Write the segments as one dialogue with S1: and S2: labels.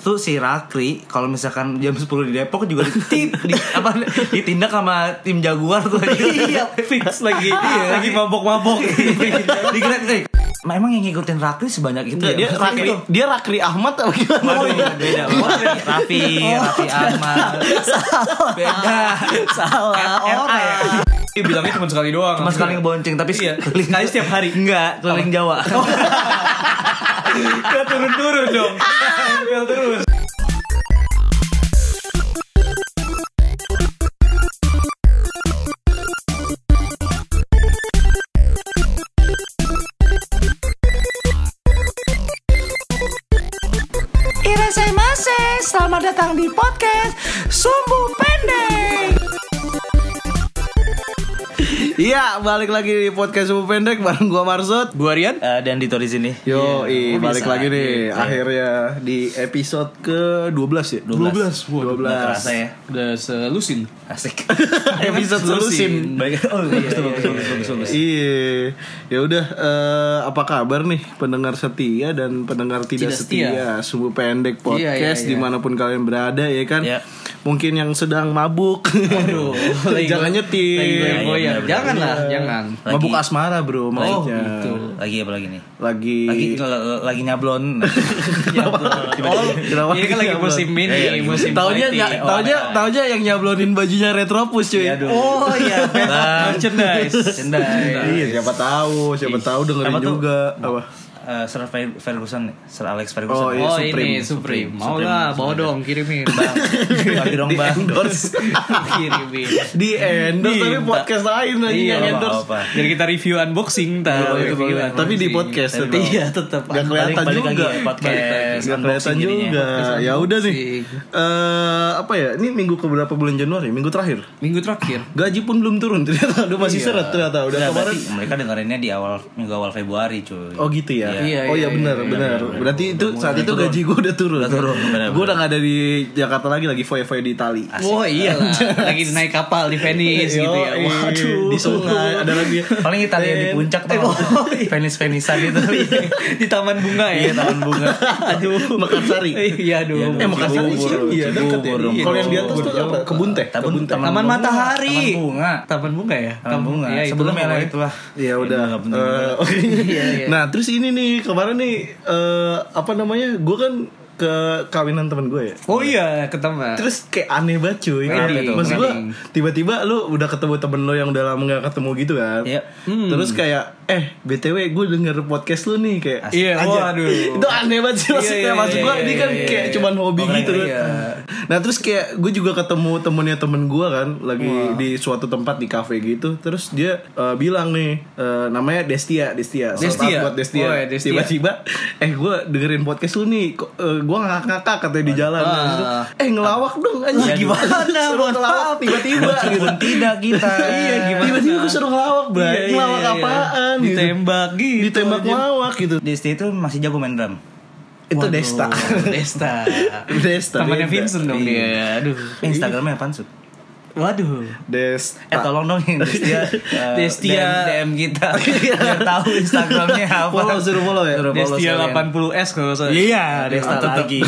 S1: tuh si Rakri kalau misalkan jam 10 di Depok juga ditit di, apa ditindak sama tim Jaguar tuh
S2: Iya, fix lagi lagi mabok-mabok.
S1: Dikira eh memang yang ngikutin Rakri sebanyak itu ya?
S2: dia, dia
S1: Iya, Maksudnya
S2: Rakri,
S1: itu.
S2: dia Rakri Ahmad apa gimana?
S1: Waduh, beda. Raffi, Raffi
S2: Oh,
S1: Ahmad. Beda.
S2: Salah
S1: RA
S2: orang.
S1: ya.
S3: Dia bilangnya cuma sekali doang.
S1: Cuma sekali ngebonceng tapi
S3: Iya,
S1: keliling-
S3: sekali setiap hari. Oh.
S1: Enggak, keliling Jawa.
S3: Dia turun-turun dong. Dia terus.
S4: Irasai Mase, selamat datang di podcast Sumbu Pendek.
S2: Iya, balik lagi di podcast Subuh Pendek bareng gua Marsud.
S3: Gua Rian.
S1: Eh, Dan Dito di sini.
S2: Yo,
S1: Iya,
S2: balik
S1: bisa.
S2: lagi nih akhirnya di episode ke-12 ya?
S1: 12.
S2: 12.
S1: Nggak kerasa ya.
S3: Udah selusin.
S1: Asik.
S2: episode Iya, selusin.
S1: Baik. Oh, bagus, tuh, bagus, bagus, bagus, bagus.
S2: Iya, ya udah. eh, apa kabar nih pendengar setia dan pendengar tidak,
S3: Tidak
S2: setia?
S3: setia.
S2: Subuh pendek podcast
S3: Iya, iya, iya.
S2: dimanapun kalian berada ya kan.
S1: Iya.
S2: Mungkin yang sedang mabuk,
S3: Aduh, lagi
S2: jangan
S3: goy- Lagi
S2: nyetir.
S3: goyang-goyang.
S1: Iya,
S3: Janganlah,
S2: Iya.
S3: jangan.
S1: Lagi-
S2: Mabuk asmara bro, maksudnya.
S1: Oh, gitu. Lagi apa lagi nih?
S2: Lagi.
S1: Lagi lagi nyablon.
S2: Oh, kenapa? Nah,
S3: Iya kan lagi musim ini,
S1: Iya, iya,
S3: musim
S2: Taunya
S3: politik.
S2: nggak,
S3: Oh,
S2: taunya,
S3: ada.
S2: taunya yang nyablonin bajunya retropus cuy.
S3: Oh iya,
S1: Bang. Ah,
S3: merchandise. Oh,
S1: Merchandise.
S2: Iya, siapa tahu, siapa tahu dengerin
S1: Apa tuh?
S2: juga. Apa?
S1: Eh, Sir Fer- Ferguson, Sir Alex Ferguson.
S2: Oh, iya.
S3: Oh
S2: Supreme.
S3: ini Supreme. Mau
S1: Supreme,
S3: lah, bawa
S1: Supreme.
S3: dong kirimin.
S1: Bagi dong bang.
S3: kirimin.
S2: di endorse tapi
S3: Minta.
S2: podcast lain lagi
S3: Iya,
S2: yang
S3: apa,
S2: endorse
S1: apa.
S3: Jadi kita review unboxing
S2: Iya,
S3: tar.
S2: iya,
S3: Review
S2: iya. Tapi di
S3: unboxing.
S2: podcast
S3: Tapi-
S2: tetap.
S3: Iya, tetap.
S2: Gak kelihatan
S1: balik lagi
S2: juga
S1: ya, podcast.
S2: Gak-
S1: Balik lagi,
S2: Gak kelihatan
S1: unboxing jadinya.
S2: juga Ya udah nih
S3: unboxing.
S2: Eh, Apa ya Ini minggu ke berapa bulan Januari Minggu terakhir
S3: Minggu terakhir.
S2: Gaji pun belum turun Ternyata Aduh masih seret ternyata Udah
S1: Nah,
S2: kemarin
S1: berarti mereka dengerinnya di awal minggu awal Februari cuy.
S2: Oh gitu ya.
S3: Iya,
S2: oh ya
S3: iya,
S2: benar,
S3: iya,
S2: benar. Berarti itu saat itu gaji gue udah turun.
S1: Udah turun, benar,
S2: Gue udah gak ada di Jakarta lagi, lagi foya-foya di Itali.
S3: Wah iya lah. Lagi naik kapal di Venice gitu ya.
S2: Yoi,
S3: Waduh.
S2: Di sungai ada lagi.
S1: Paling Italia
S2: Eh,
S1: di puncak tuh.
S2: oh, iya.
S1: Venice Venisan itu.
S3: di taman bunga ya.
S1: Iya taman bunga.
S2: Aduh, Mekarsari.
S3: Iya dong.
S2: Eh Makassar di
S1: Cibubur,
S2: sini ya
S3: Iya,
S1: Cibubur,
S2: dekat ya.
S1: dong.
S2: Kalau yang di atas tuh apa? Kebun teh.
S1: Tabun,
S2: teh.
S3: Taman
S1: bunga,
S3: Matahari.
S1: Taman bunga.
S3: Taman bunga ya.
S1: Taman bunga. Iya,
S3: Ya,
S1: Sebelum
S3: itulah
S1: yang
S3: pokoknya.
S1: itulah.
S2: Ya udah.
S1: nggak penting juga.
S2: Eh, oke.
S3: Iya, iya.
S2: Nah terus ini nih kemarin nih eh, apa namanya? Gue kan ke kawinan temen gue ya.
S3: Oh iya, ketemu.
S2: Terus kayak aneh banget cuy
S3: Kenapa
S2: Kayak-
S3: tuh?
S2: Maksud gue
S3: Wedding.
S2: tiba-tiba lu udah ketemu temen lu yang udah lama gak ketemu gitu kan
S1: Iya.
S3: Hmm.
S2: Terus kayak eh BTW gue denger podcast lu nih kayak
S3: Asik. Iya,
S2: aja.
S3: waduh.
S2: Itu aneh banget sih
S3: Iya,
S2: maksudnya
S3: iya,
S2: Maksud
S3: iya,
S2: gue
S3: iya,
S2: ini kan
S3: iya,
S2: kayak
S3: iya.
S2: cuman hobi
S3: Oh, keren,
S2: gitu kan
S3: iya.
S2: Nah terus kayak gue juga ketemu temennya temen gue kan Lagi di suatu tempat di cafe gitu Terus dia eh, bilang nih eh, Namanya Destia Destia Shout out
S3: Destia.
S2: buat Destia
S3: Oh, ya, Destia.
S2: Tiba-tiba eh gue dengerin podcast lu nih Kok, eh, Gue ngakak-ngakak katanya di jalan Terus itu, Eh ngelawak dong anjing
S3: Ah. Iya, gimana?
S2: Suruh
S3: Mohon
S2: ngelawak tiba-tiba gitu
S1: Pun tidak kita.
S2: Iya gimana Tiba-tiba gue suruh ngelawak bro
S3: Iya, iya,
S2: Ngelawak
S3: iya.
S2: apaan gitu.
S3: Ditembak gitu.
S2: Ditembak ngelawak gitu
S1: Desti itu masih jago main drum.
S2: Itu Desta
S3: Desta.
S2: Desta,
S3: Temannya
S2: beda.
S3: Vincent dong
S2: Iya.
S3: dia. Aduh.
S1: Instagramnya apaan sud?
S3: Waduh.
S1: Eh
S2: Desta
S1: tolong dong yang Destia eh,
S3: Destia.
S1: DM, DM kita biar tahu Instagramnya apa.
S2: Follow, suruh follow ya?
S1: Suruh follow
S3: Destia
S1: sekalian.
S3: 80S kalau saya.
S1: Iya, Desta
S3: Tetep.
S1: lagi.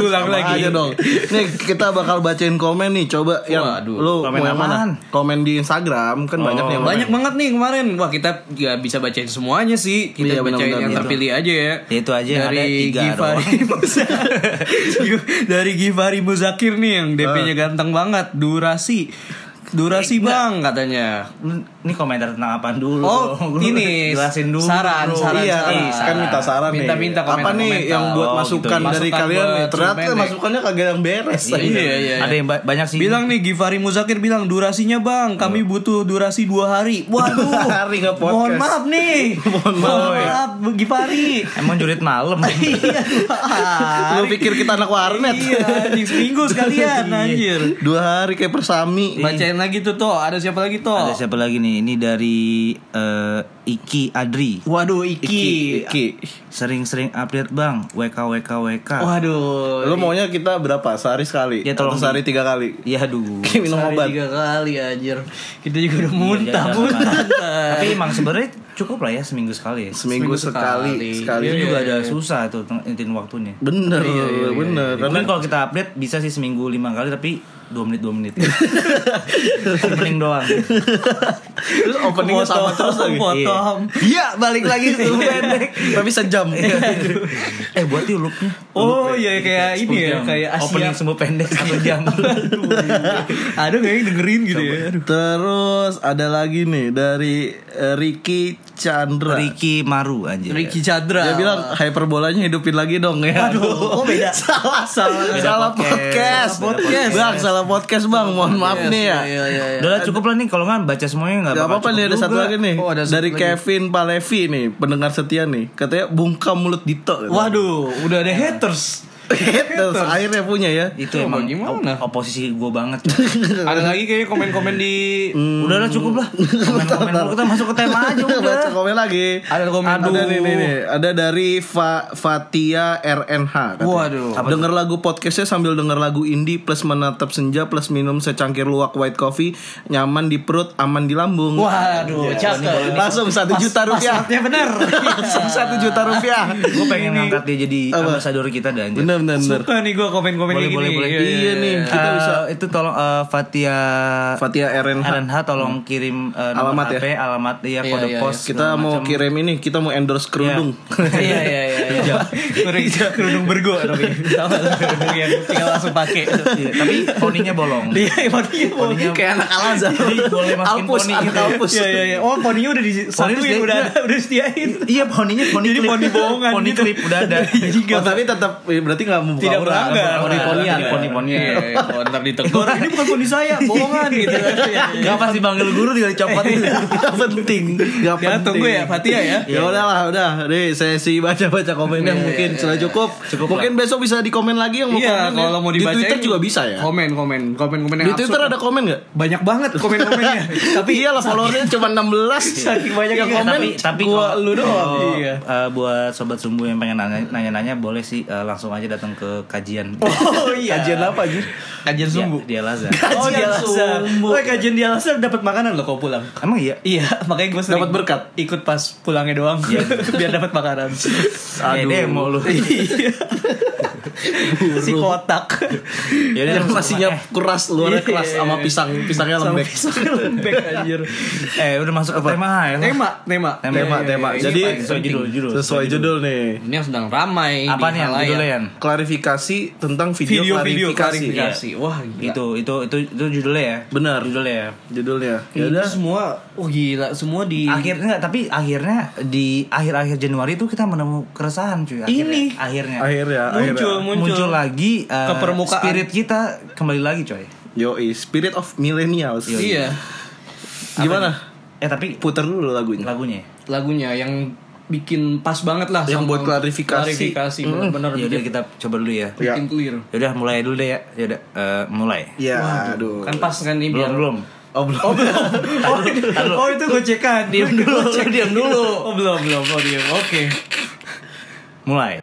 S3: Ulang
S2: Sama
S3: lagi.
S2: aja dong. Nih kita bakal bacain komen nih. Coba yang
S3: Waduh,
S2: lu
S1: komen
S2: mau yang mana?
S1: apaan?
S2: Komen di Instagram kan banyak nih yang
S3: Oh, Banyak
S2: komen.
S3: banget nih kemarin. Wah, kita nggak bisa bacain semuanya sih.
S2: Iya,
S3: Kita bacain
S2: benar-benar
S3: yang
S2: gitu.
S3: terpilih aja ya.
S1: Ya, itu aja yang
S3: dari
S1: ada tiga
S3: Givari Muzakir. dari Givari Muzakir nih yang DP-nya ganteng banget. Durasi. Durasi bang katanya.
S1: Lu- Ini komentar tentang apaan dulu? Lu
S3: Oh, ini
S1: jelasin dulu.
S3: saran,
S1: bro.
S3: saran,
S2: Iya,
S3: saran,
S2: kan- kan minta saran nih.
S3: Minta-minta
S2: Apa
S3: komentar,
S2: nih
S3: komentar.
S2: yang buat
S1: Oh,
S2: masukan
S1: gitu ya.
S2: dari
S3: Masukan
S2: kalian nih?
S3: buat
S2: Ternyata
S3: Sumen, ya.
S2: masukannya kagak yang beres.
S3: Iya,
S2: aja.
S3: iya, iya.
S1: Ada yang ba- banyak sih.
S3: Bilang nih Givari Muzakir bilang durasinya bang kami butuh durasi dua hari. Waduh.
S2: Dua hari nggak podcast.
S3: Mohon maaf nih.
S2: Mohon
S3: maaf Givari.
S1: Emang jurit malam.
S3: Iya. dua hari.
S2: Lu pikir kita anak warnet?
S3: Iya, di seminggu sekalian anjir. Iya.
S2: Dua hari kayak persami.
S3: Oh. Bacain lagi tuh toh, ada siapa lagi toh?
S1: Ada siapa lagi nih? Ini dari eh, Iki Adri.
S3: Waduh, Iki.
S2: Iki.
S1: Sering-sering update bang. WK WK WK.
S3: Ah. Waduh.
S2: Lu maunya kita berapa? Sehari sekali?
S1: Ya, tolong
S2: Atau sehari tiga kali?
S1: Ya aduh.
S2: Kayak minum
S3: Sehari
S2: obat.
S3: tiga kali anjir. Kita juga udah muntah,
S1: Iya, jangan
S3: muntah.
S1: marah. Tapi emang sebenarnya cukup lah ya seminggu sekali.
S2: Seminggu,
S3: Seminggu
S2: sekali.
S3: sekali.
S2: Sekali.
S1: Itu
S3: Iya,
S1: juga
S3: iya,
S1: ada
S3: iya.
S1: susah tuh ngintin waktunya.
S2: Bener, bener. Karena
S1: Mungkin kalau kita update bisa sih seminggu lima kali tapi dua menit dua menit. Mending doang.
S2: terus openingnya sama terus lagi.
S3: Potong.
S1: Iya balik lagi tuh pendek.
S2: Tapi sejam.
S1: eh buat yuk looknya.
S3: Iya. Oh iya kayak ini ya, kayak Asia. Iya.
S1: Opening semua pendek satu jam.
S3: Ada nggak yang dengerin gitu ya? Aduh.
S2: Terus ada lagi nih dari eh, Ricky Chandra.
S1: Ricky Maru anjir.
S3: Ricky Chandra.
S2: Dia bilang hyperbolanya hidupin lagi dong ya.
S3: Aduh, oh beda.
S2: salah salah
S1: Beda
S2: salah
S1: podcast. Salah
S2: podcast.
S1: podcast.
S2: Bang, salah podcast, Bang. Mohon maaf nih ya.
S3: Iya, iya, iya.
S1: Udah lah, cukup lah nih kalau nggak baca semuanya nggak
S2: Gak
S1: bakal
S2: apa-apa nih
S1: cukup
S2: ada satu
S1: juga.
S2: lagi nih
S3: Oh, ada satu
S2: dari
S3: lagi.
S2: Kevin Palevi nih pendengar setia nih katanya bungkam mulut Dito. katanya.
S3: Waduh, udah ada haters. gitu.
S2: Haters, akhirnya punya ya.
S1: Itu
S3: Coba
S1: emang
S3: gimana?
S1: op- oposisi gue banget.
S3: ada lagi kayaknya komen-komen di
S1: Udah lah cukup lah. Komen-komen dulu, kita masuk ke tema aja
S2: Baca
S1: udah.
S2: komen lagi.
S3: Iya Ada komen.
S2: Ada
S3: Aduh.
S2: nih, nih, nih. Ada dari Fa- Fatia RNH. katanya.
S3: Waduh.
S2: Apa denger tuh? lagu podcastnya sambil denger lagu indie plus menatap senja plus minum secangkir luwak white coffee nyaman di perut aman di lambung. Iya,
S3: Waduh, cakep.
S2: Langsung satu
S3: Pas-
S2: juta rupiah.
S3: Passwordnya benar.
S2: Langsung satu juta rupiah.
S1: Gue pengen ngangkat dia jadi
S2: Apa?
S1: ambasador kita dan
S2: Bener bener bener.
S3: Suka nih gue komen-komen
S1: Boleh,
S3: kayak gini.
S1: boleh, boleh.
S2: Iya nih. Kita
S1: Eh,
S2: bisa-
S1: itu tolong eh, Fatia
S2: Fatia RNH.
S1: RNH tolong kirim eh, nomor
S2: Hmm. Alamat ya?
S1: HP, alamat iya
S3: Iya,
S1: kode
S3: iya,
S1: pos.
S2: Kita
S1: segala
S2: mau
S1: macam.
S2: kirim ini. Kita mau endorse kerudung.
S3: Iya iya iya. iya. Kerudung kerudung bergo tapi sama tuh kerudung yang tinggal langsung pakai.
S1: Iya, tapi poninya bolong.
S3: Dia poninya Iya, mau
S1: Poninya-
S2: Kayak anak Alaza.
S1: Jadi boleh masukin
S2: Alpus,
S1: poni
S2: anak
S1: gitu ya.
S2: Alpus.
S3: Iya iya iya. Oh poninya udah
S1: Poninya
S3: disatuin udah
S1: dia-
S3: ada udah setiain.
S1: Iya poninya poni
S3: Jadi
S1: clip.
S3: poni bohongan
S1: Poni
S3: gitu.
S1: clip udah ada.
S3: Jadi
S2: Oh, tapi tetap eh, berarti nggak membuka
S3: tidak melanggar.
S2: Poni-ponian.
S1: Iya, poni-ponian.
S3: Iya, iya. Oh, ntar ditegur. Ini bukan poni saya, bohongan gitu. Iya, iya.
S1: Gak pasti panggil guru tinggal dicopot
S2: Iya. Gak penting. Gak
S3: Ya,
S2: penting.
S3: tunggu ya, Fatia ya.
S2: Ya udah lah, udah. Nih sesi baca-baca komen yang mungkin sudah cukup.
S1: Cukup
S2: mungkin besok bisa dikomen lagi yang mau
S3: Iya,
S2: komen, ya.
S3: kalau mau dibacain
S2: Di Twitter juga bisa ya.
S3: Komen, komen, komen, komen yang
S2: Di Twitter
S3: absurd.
S2: ada komen nggak?
S3: banyak banget komen-komennya.
S2: Tapi iyalah followernya cuma 16
S3: Saking banyak
S2: yang Iya,
S3: yang-
S2: komen.
S1: Iya, tapi tapi
S2: gua
S1: kalau-
S2: lu doang.
S1: kalau,
S3: Iya.
S1: eh, buat sobat sumbu yang pengen nanya- nanya-nanya boleh sih eh, langsung aja datang ke kajian
S3: Oh iya.
S2: Kajian apa anjir?
S3: Kajian sumbu.
S1: Dia, dia Lazar.
S3: Oh, di
S2: Kajian
S3: Al-Azhar.
S2: sumbu.
S3: Woi, kajian di Al-Azhar dapat makanan loh kau pulang.
S1: Emang iya?
S3: Iya, makanya gue sering
S2: Dapat berkat? Iya.
S3: Ikut pas pulangnya doang biar dapat makanan. Eh,
S1: Aduh. Eh, demo lu.
S3: Iya. si kotak.
S1: Ya udah,
S2: Yang
S1: langsung-
S2: nasinya
S1: eh,
S2: keras, luarnya
S3: Iya.
S2: keras sama pisang, pisangnya
S3: Sama
S2: lembek.
S3: pisang lembek anjir.
S1: Eh udah masuk ke tema ya. Pak.
S3: Tema, tema.
S1: Tema, Iya,
S2: Tema,
S1: iya,
S2: tema.
S1: iya.
S2: Jadi
S1: Ini paling sesuai judul, judul.
S2: sesuai judul nih.
S3: Ini yang sedang ramai
S1: Apa nih yang judulnya Yan?
S2: Klarifikasi tentang video,
S3: Video-video
S2: klarifikasi. Gitu.
S3: klarifikasi. Iya. Wah, gila.
S1: Itu itu itu itu judulnya ya.
S2: Benar.
S1: Judulnya ya.
S2: Judulnya. Ya
S3: Itu
S2: udah.
S3: semua, oh gila, semua di
S1: Akhirnya enggak, tapi akhirnya di akhir-akhir Januari itu kita menemukan keresahan cuy. Akhirnya,
S3: Ini.
S1: akhirnya
S2: Akhirnya, akhirnya.
S3: muncul,
S1: Iya. muncul,
S3: muncul,
S1: lagi eh,
S3: Ke permukaan.
S1: spirit kita kembali lagi coy.
S2: Yoi, Spirit of Millennials.
S3: Iya,
S2: Gimana?
S1: Eh tapi
S2: Puter dulu lagunya.
S1: lagunya.
S3: lagunya yang bikin pas banget lah.
S2: Yang
S3: sama
S2: buat klarifikasi.
S3: Klarifikasi, benar-benar
S1: Ya udah
S3: bikin,
S1: kita coba dulu ya.
S2: Ya.
S3: bikin clear.
S1: Ya udah mulai dulu deh ya. Ya udah eh, mulai.
S2: Ya, aduh.
S3: Kan pas kan ini
S1: Belum
S3: biar-
S1: belum.
S2: Oh, belum. Oh, belum.
S3: Oh, itu- oh itu gocekan. Diam dulu, diam dulu. Oh belum, belum, oh diam. Oke.
S1: Mulai.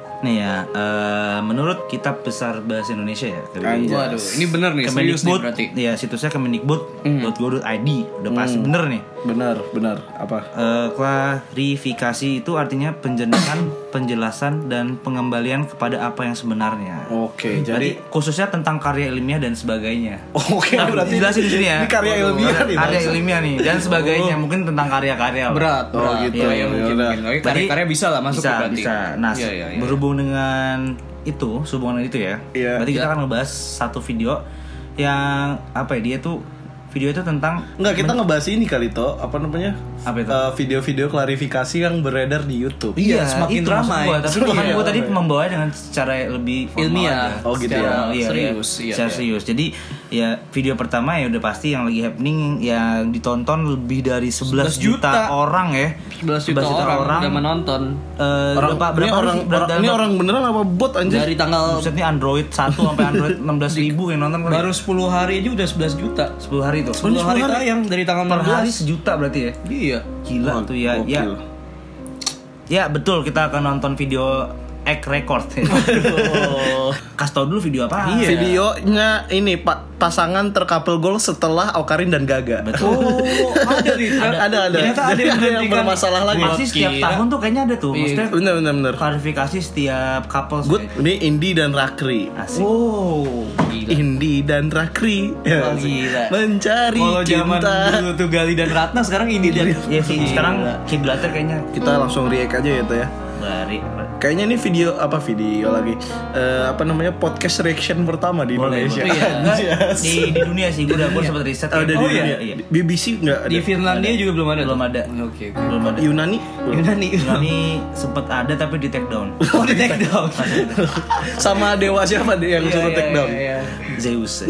S1: Nih ya, eh, menurut Kitab Besar Bahasa Indonesia ya. KBBI.
S2: Anjay.
S3: Waduh, ini bener nih, serius nih
S1: Kemendikbud,
S3: berarti. Hmm.
S1: ya situsnya kemendikbud.go.id udah pasti bener nih.
S2: Benar, benar. Apa?
S1: Eh, klarifikasi itu artinya penjelasan, penjelasan dan pengembalian kepada apa yang sebenarnya.
S3: Oh,
S2: Oke,
S1: Jadi
S2: jadi
S1: khususnya tentang karya ilmiah dan sebagainya.
S2: Oke,
S1: Tapi
S2: berarti
S1: jelasin di sini ya.
S2: ini karya ilmiah nih,
S1: Karya
S2: Bang.
S1: ilmiah nih dan sebagainya, mungkin tentang karya-karya. lah.
S3: Berat,
S2: Oh,
S3: berat.
S2: gitu.
S3: Ya, ya, mungkin,
S2: Yaudah.
S3: mungkin. Oke,
S1: Tadi-
S3: karya-karya bisa lah masuk
S1: bisa,
S3: berarti.
S1: Bisa. Nah,
S3: Iya, iya, iya.
S1: berhubung dengan itu, sehubungan dengan itu ya.
S2: Iya.
S1: Berarti kita akan ngebahas satu video yang apa ya? Dia tuh video itu tentang
S2: Enggak, kita ngebahas ini kali toh, apa namanya?
S1: Apa itu?
S2: Eh, video-video klarifikasi yang beredar di YouTube.
S3: Iya, semakin
S1: itu maksud
S3: ramai. ya,
S1: Gua, tapi
S2: Semakin
S1: makanya gua
S2: ramai.
S1: tadi membawanya dengan secara lebih formal
S3: ilmiah.
S1: aja.
S2: Oh, gitu
S3: secara
S1: Iya, iya.
S3: Serius, iya.
S1: Secara
S3: iya.
S1: serius. Jadi ya video pertama ya udah pasti yang lagi happening yang ditonton lebih dari 11,
S3: 11
S1: juta,
S3: juta.
S1: orang ya.
S3: 11 juta, orang, udah menonton
S1: Eh,
S2: Orang,
S1: berapa, berapa
S2: ini orang,
S1: sih? Berapa-
S2: orang- ini orang beneran apa bot anjir?
S3: dari tanggal
S1: Buset, ini Android 1 sampai Android 16 ribu yang nonton kali.
S3: eh, baru 10 hari aja udah 11 juta
S1: 10 hari tuh.
S3: 10 hari tayang dari tanggal
S1: per hari
S3: 16
S1: sejuta berarti ya.
S3: iya
S1: Gila
S2: Wah,
S1: tuh ya.
S2: gokil.
S1: Ya. Ya, betul kita akan nonton video Egg Record. Kasih tau dulu video apa?
S2: Iya. Videonya ini Pak pasangan terkapel gol setelah Okarin dan Gaga.
S3: oh ada nih
S2: Ada ada ada.
S3: ternyata ada
S2: Jadi ada
S3: yang
S2: yang
S3: menghentikan.
S2: bermasalah lagi.
S1: Pasti setiap
S3: Gua kira-
S1: tahun tuh kayaknya ada tuh. Maksudnya
S2: Bener bener bener.
S1: klarifikasi setiap couple
S2: Iya. Good ini Indi dan Rakri.
S1: Asik.
S3: wow gila
S2: Indi dan Rakri
S1: Oh,
S3: Wah, gila.
S2: mencari
S3: kalau zaman
S2: cinta.
S3: dulu tuh Gali dan Ratna sekarang ini dia
S1: Ya sih, sekarang kiblatnya kayaknya
S2: Kita langsung react aja ya Teh, ya.
S1: bari.
S2: Kayaknya ini video apa video lagi Eh, apa namanya podcast reaction pertama di
S1: Boleh,
S2: Indonesia.
S1: boleh. Iya.
S2: Anjay.
S1: Di, di dunia sih, gue udah gue sempet riset.
S2: ya. Iya. Ada di
S1: oh,
S2: dunia.
S1: Iya, iya.
S2: BBC nggak ada.
S3: di Finlandia juga belum ada
S1: Belum
S3: tuh.
S1: ada.
S3: oke oke
S1: Belum ada.
S2: Yunani. Belum.
S3: Yunani
S1: Tsunami sempet ada tapi di take down.
S3: oh di take down
S2: Sama dewa siapa deh yang suruh take down?
S1: iya. Zeus.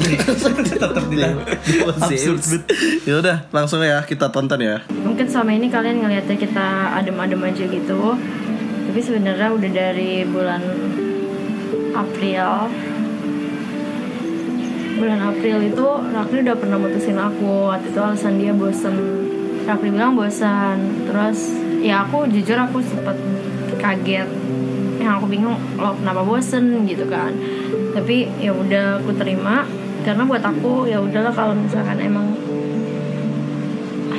S3: tetap di
S2: Dewa
S3: Absurd.
S2: Zeus. Ya udah, langsung ya kita tonton ya.
S5: mungkin selama ini kalian ngelihatnya kita adem-adem aja gitu tapi sebenarnya udah dari bulan April bulan April itu Rakli udah pernah mutusin aku waktu itu alasan dia bosen Rakli bilang bosan terus ya aku jujur aku sempet kaget yang aku bingung lo kenapa bosen gitu kan tapi ya udah aku terima karena buat aku ya udahlah kalau misalkan emang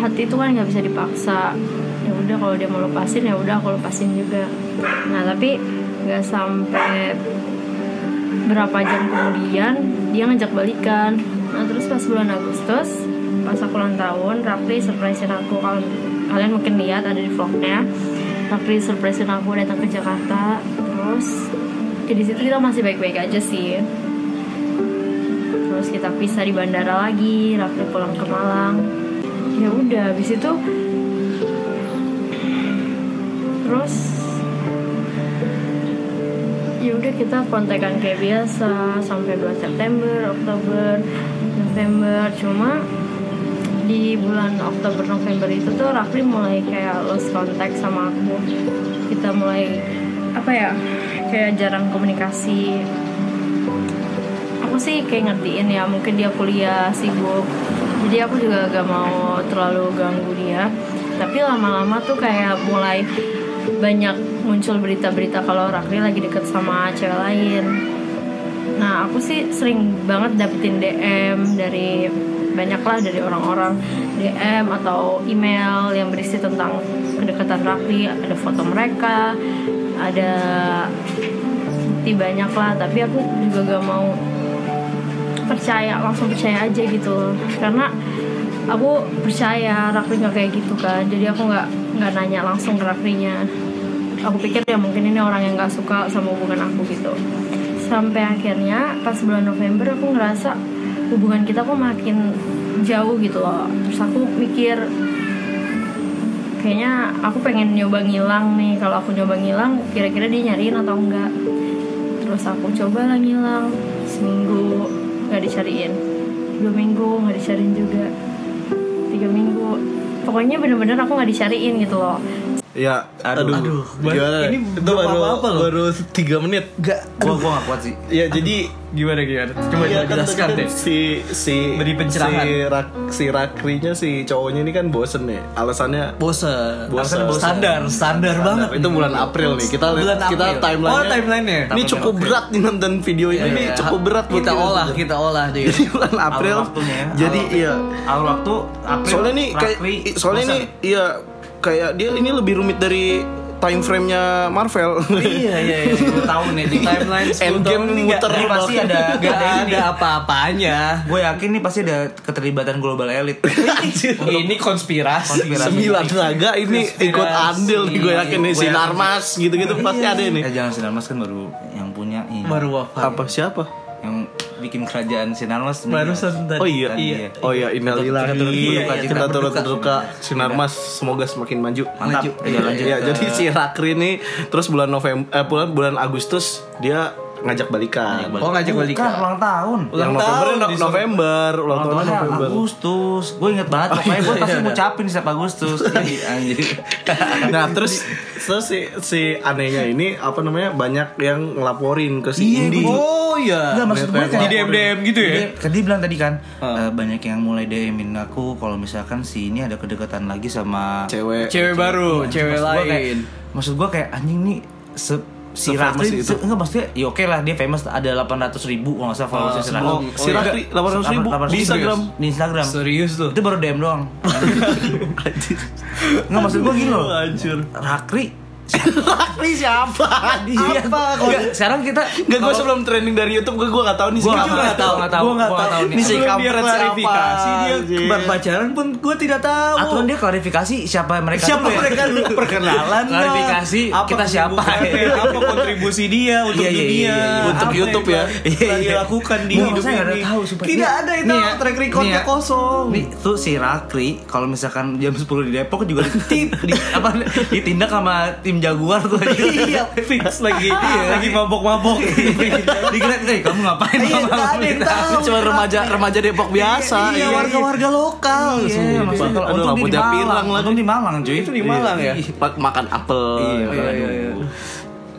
S5: hati itu kan nggak bisa dipaksa ya udah kalau dia mau lepasin ya udah aku lepasin juga nah tapi nggak sampai berapa jam kemudian dia ngajak balikan nah terus pas bulan Agustus pas aku ulang tahun Rafli surprisein aku kalau kalian mungkin lihat ada di vlognya Rafli surprisein aku datang ke Jakarta terus ya di situ kita masih baik-baik aja sih terus kita pisah di bandara lagi Rafli pulang ke Malang ya udah habis itu terus ya udah kita kontekan kayak biasa sampai 2 September, Oktober, November cuma di bulan Oktober November itu tuh Rafli mulai kayak lost contact sama aku kita mulai apa ya kayak jarang komunikasi aku sih kayak ngertiin ya mungkin dia kuliah sibuk jadi aku juga gak mau terlalu ganggu dia tapi lama-lama tuh kayak mulai banyak muncul berita-berita kalau Rakli lagi deket sama cewek lain nah aku sih sering banget dapetin DM dari banyaklah dari orang-orang DM atau email yang berisi tentang kedekatan Rakli ada foto mereka ada bukti banyak lah tapi aku juga gak mau percaya langsung percaya aja gitu karena aku percaya Rafli nggak kayak gitu kan jadi aku nggak nggak nanya langsung ke Raflinya aku pikir ya mungkin ini orang yang nggak suka sama hubungan aku gitu sampai akhirnya pas bulan November aku ngerasa hubungan kita kok makin jauh gitu loh terus aku mikir kayaknya aku pengen nyoba ngilang nih kalau aku nyoba ngilang kira-kira dia nyariin atau enggak terus aku coba lah ngilang seminggu nggak dicariin dua minggu nggak dicariin juga tiga minggu pokoknya bener-bener aku nggak dicariin gitu loh
S2: Ya, aduh.
S1: Aduh.
S2: Gimana?
S3: Ini
S2: Itu
S3: belum
S2: baru
S3: apa-apa loh.
S2: baru 3 menit. Enggak.
S1: Gua gua gak kuat sih.
S2: Ya, jadi
S3: gimana gimana coba
S2: Iya, kan
S3: jelaskan
S2: tadi
S3: deh
S2: kan si si
S3: Beri pencerahan.
S2: si, rak, si rakrinya si cowoknya ini kan bosen nih alasannya
S3: bosen
S2: Bosen.
S3: Alasan standar standar banget
S2: itu bulan April nih kita
S3: Bulan
S2: kita
S3: April.
S2: timeline
S3: Oh, timelinenya.
S2: ini
S1: Timeline
S2: cukup
S1: April.
S2: berat nih nonton video ini
S3: Iya,
S2: Ini
S3: iya.
S2: cukup berat buat
S3: kita olah kita olah deh
S2: jadi bulan April
S1: Awal waktunya ya,
S2: jadi
S1: awal
S2: iya
S1: Awal waktu April.
S2: soalnya nih kayak
S1: Rakri,
S2: i- soalnya
S1: bosan.
S2: nih iya kayak dia ini lebih rumit dari time frame-nya Marvel
S1: Iya iya iya. Gua tahu nih di
S3: timeline 10
S2: Endgame
S3: tahun ini nggak-
S2: muter
S3: ini pasti
S1: banget.
S3: ada
S1: Nggak
S3: gak
S1: ada
S3: ada apa-apanya
S1: Gue yakin nih pasti ada keterlibatan global elit.
S3: ini konspirasi
S2: sembilan naga ini ikut andil nih gue yakin nih
S1: Gue yakin.
S2: sinarmas gitu-gitu pasti ada nih
S1: Eh jangan Sinarmas kan baru yang punya ini.
S3: baru wafat
S2: apa siapa
S1: yang bikin kerajaan Sinarmas.
S3: Barusan tadi. kan.
S2: Oh iya,
S1: Iya.
S2: Oh iya,
S1: Kita
S2: innalillahi
S1: turut berduka cita.
S2: kita turut berduka sinar mas semoga semakin maju.
S1: Mantap. Ayo lanjut.
S2: Iya, jadi si Rakri ini terus bulan November eh, bulan bulan Agustus dia ngajak balikan.
S3: Oh ngajak balik.
S1: Bukan ulang tahun.
S2: Yang
S3: Ulang
S2: November
S3: tahun
S2: No-
S3: disuruh.
S2: November, ulang
S1: Ulang
S2: ya? tahun Oh,
S1: tahunnya
S2: November.
S1: Agustus. Gue inget banget pokoknya gue
S2: iya,
S1: pasti ngucapin setiap Agustus. Ih, Anjir.
S2: Nah terus terus si, si anehnya ini apa namanya banyak yang ngelaporin ke si
S1: Iya,
S2: Indi.
S1: gua-
S3: Oh
S2: Nah,
S3: iya.
S1: Enggak maksud gue kayak
S3: Di DM DM gitu ya.
S2: Iya.
S1: Dia- kan dia bilang tadi kan
S2: Ah.
S1: eh, banyak yang mulai DMin aku kalau misalkan si ini ada kedekatan lagi sama
S2: cewek.
S3: Cewek baru,
S1: Maksud
S3: cewek
S1: gua kayak-
S3: lain.
S1: maksud gue kayak anjing nih se- si
S2: Se-famous
S1: Rafli
S2: itu.
S1: se- enggak maksudnya ya oke lah dia famous ada 800 ribu kalau nggak salah followersnya si Rafli.
S2: Oh, si Rafli 800 ribu
S1: 800
S2: di Instagram.
S1: di Instagram
S3: Serius tuh.
S1: itu baru DM doang nggak maksud gue gini loh
S2: Hancur.
S1: Rakri
S2: Rafli siapa? Dia.
S1: apa iya. sekarang kita
S2: Enggak gue sebelum trending dari YouTube gue gue gak tahu nih
S1: Gua
S2: siapa.
S1: nggak tahu, nggak tahu,
S2: Gua nggak
S1: gua nggak tahu
S2: tahu.
S1: nih.
S2: Ini si
S3: Sebelum dia
S2: kampret siapa?
S3: klarifikasi dia
S2: anjing?
S3: berpacaran pun gue tidak tahu.
S1: aturan dia klarifikasi siapa mereka
S3: Eh, siapa
S1: dulu ya.
S3: mereka dulu perkenalan lah.
S1: Klarifikasi, kita siapa?
S3: kesibukannya, apa kontribusi dia untuk
S1: Iya, iya,
S3: dunia
S1: iya, iya.
S2: Untuk
S3: Apa
S2: YouTube
S3: yang
S2: ya.
S3: telah- telah dilakukan di
S1: Gua
S3: hidup
S1: saya nggak ada
S3: iya. ini
S1: tahu, sumpah.
S3: tidak
S1: Nih,
S3: ada itu
S1: nih ya,
S3: track
S1: nih
S3: recordnya
S1: ya.
S3: kosong
S1: Nih, tuh si Rakri kalau misalkan jam 10 di Depok juga ditip, di, apa ditindak sama tim Jaguar tuh.
S3: iya fix lagi lagi mabok-mabok
S1: Dikira, "Eh, kamu ngapain malam-malam
S3: ada yang
S1: kita?"
S3: tahu.
S2: Ini cuma remaja remaja Depok biasa.
S3: iya warga-warga lokal
S1: Iya,
S3: Sumpah.
S1: maksudnya kalau
S2: Aduh,
S1: untung dia di
S2: rambutnya
S1: Malang,
S2: pirang lagi.
S1: untung di Malang, cuy.
S3: itu di Malang ya
S2: Ma- makan apel.
S1: Iya,
S3: Iya, iya, iya.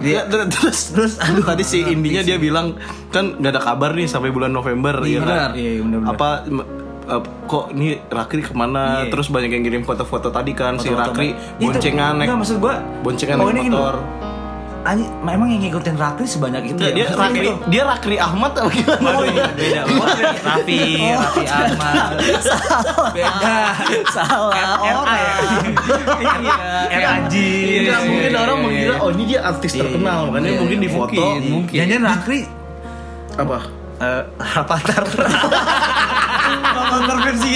S2: Iya, ter- terus terus aduh tadi si indinya dia bilang kan nggak ada kabar nih sampai bulan November
S1: Iya,
S2: kan?
S1: benar. Iya, benar-benar.
S2: Apa m- eh, kok ini Rakri kemana?
S1: Iya.
S2: Terus banyak yang ngirim foto-foto tadi kan si
S1: Foto-foto
S2: Rakri
S1: banget. Itu,
S2: boncengan naik
S1: enggak, maksud gua,
S2: boncengan
S1: pokoknya
S2: naik
S1: gini loh.
S2: motor.
S1: Anjing, emang yang ngikutin Rakri sebanyak itu
S2: Enggak,
S1: ya?
S2: dia
S1: Maksudnya
S2: Rakri,
S1: gitu.
S2: dia Rakri Ahmad apa gimana?
S1: Waduh, iya, beda. Raffi, Raffi Ahmad. Beda. Salah RA ya. Iya, Anji.
S2: Enggak, mungkin orang mengira oh ini dia artis terkenal, makanya
S1: Iya,
S2: mungkin
S1: iya,
S2: di foto
S3: mungkin, mungkin.
S1: Jangan Rakri
S2: apa?
S1: eh, Rapatar.
S3: Nonton versi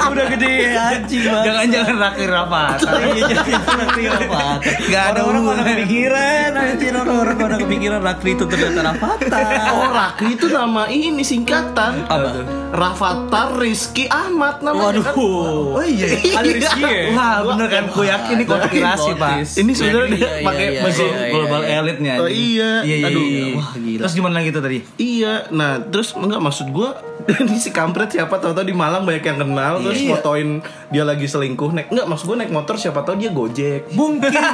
S3: udah gede anjing banget.
S1: Jangan jangan Rakri Rapatar.
S3: Iya, jadi Rakri Rafathar.
S1: Gak ada
S3: orang pada
S1: hubungan.
S3: kepikiran anjing orang-orang pada kepikiran Rakri itu ternyata Rafathar.
S2: Oh Rakri itu nama ini singkatan
S3: Apa tuh?
S2: Rafathar Rizky Ahmad namanya kan?
S3: Waduh.
S1: Oh iya.
S3: Ada Rizky ya?
S1: Wah, bener kan? Gue yakin ini konspirasi, Pak.
S2: Ini sebenarnya
S1: Iya,
S2: dia pakai
S1: Masih global
S3: L.
S1: elite nih
S2: Oh,
S1: anjing.
S2: iya.
S1: Iya, iya,
S2: Aduh.
S1: iya.
S3: Wah, gila.
S1: Terus gimana gitu tadi?
S2: Iya, nah terus enggak maksud gua ini si kampret siapa tahu-tahu di Malang banyak yang kenal terus
S3: Iya.
S2: fotoin dia lagi selingkuh naik enggak maksud gua naik motor siapa tahu dia gojek
S3: Oh, Mungkin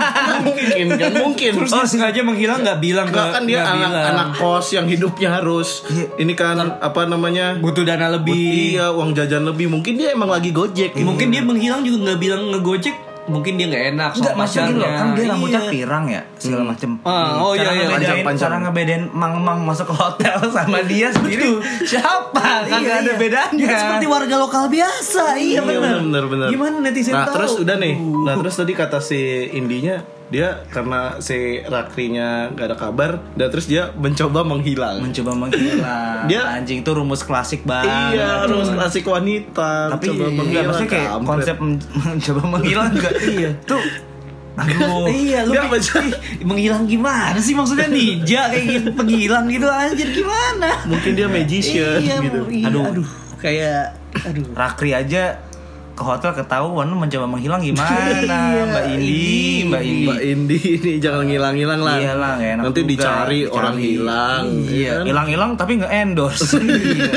S2: mungkin kan mungkin
S3: terus dia Oh, sengaja menghilang nggak bilang ke
S2: enggak kan dia
S3: nggak
S2: anak
S3: bilang. Iya.
S2: anak kos yang hidupnya harus ini kan apa namanya
S3: butuh dana lebih.
S2: iya uang jajan lebih mungkin dia emang lagi gojek
S3: Iya, Mungkin dia menghilang juga nggak bilang ngegojek. Mungkin dia nggak enak sama
S1: Enggak masih
S3: pacarnya.
S1: gini loh, kan dia
S3: Iya.
S1: rambutnya pirang ya, segala macem.
S3: Ah, oh
S1: cara
S3: iya, iya,
S1: ngebedain,
S2: panjang-panjang.
S1: cara ngebedain mang-mang masuk ke hotel sama dia sendiri siapa? Kagak ada bedanya.
S3: Dia kan seperti warga lokal biasa. Iya, benar.
S2: bener bener.
S3: Gimana netizen
S2: nah
S3: tahu?
S2: terus udah nih nah terus tadi kata si indinya dia karena si rakrinya gak ada kabar dan terus dia mencoba menghilang
S1: mencoba menghilang.
S2: Dia-
S1: anjing itu rumus klasik banget.
S2: iya harus asik wanita
S1: Hmm. Tapi
S2: mencoba
S1: enggak maksudnya kayak
S2: kampret.
S1: konsep men- mencoba menghilang juga. iya. Tuh. Aduh.
S3: Iya, lu
S2: Dia
S3: pik- ih, menghilang gimana sih maksudnya ninja kayak gitu penghilang gitu anjir gimana?
S2: mungkin dia magician
S3: Iya,
S2: gitu
S3: iya, aduh.
S1: Aduh.
S3: kayak aduh.
S1: Rakri aja ke hotel ketahuan lu mencoba menghilang gimana Nah, Mbak Indi, Iya, Mbak Indi.
S2: iya. Mbak Indi ini jangan ngilang-ngilang lah.
S1: Iya lah, nggak enak
S2: Nanti
S1: juga.
S2: dicari,
S1: Dicari.
S2: orang hilang.
S1: Iya,
S2: kan?
S1: hilang-hilang tapi nggak endorse.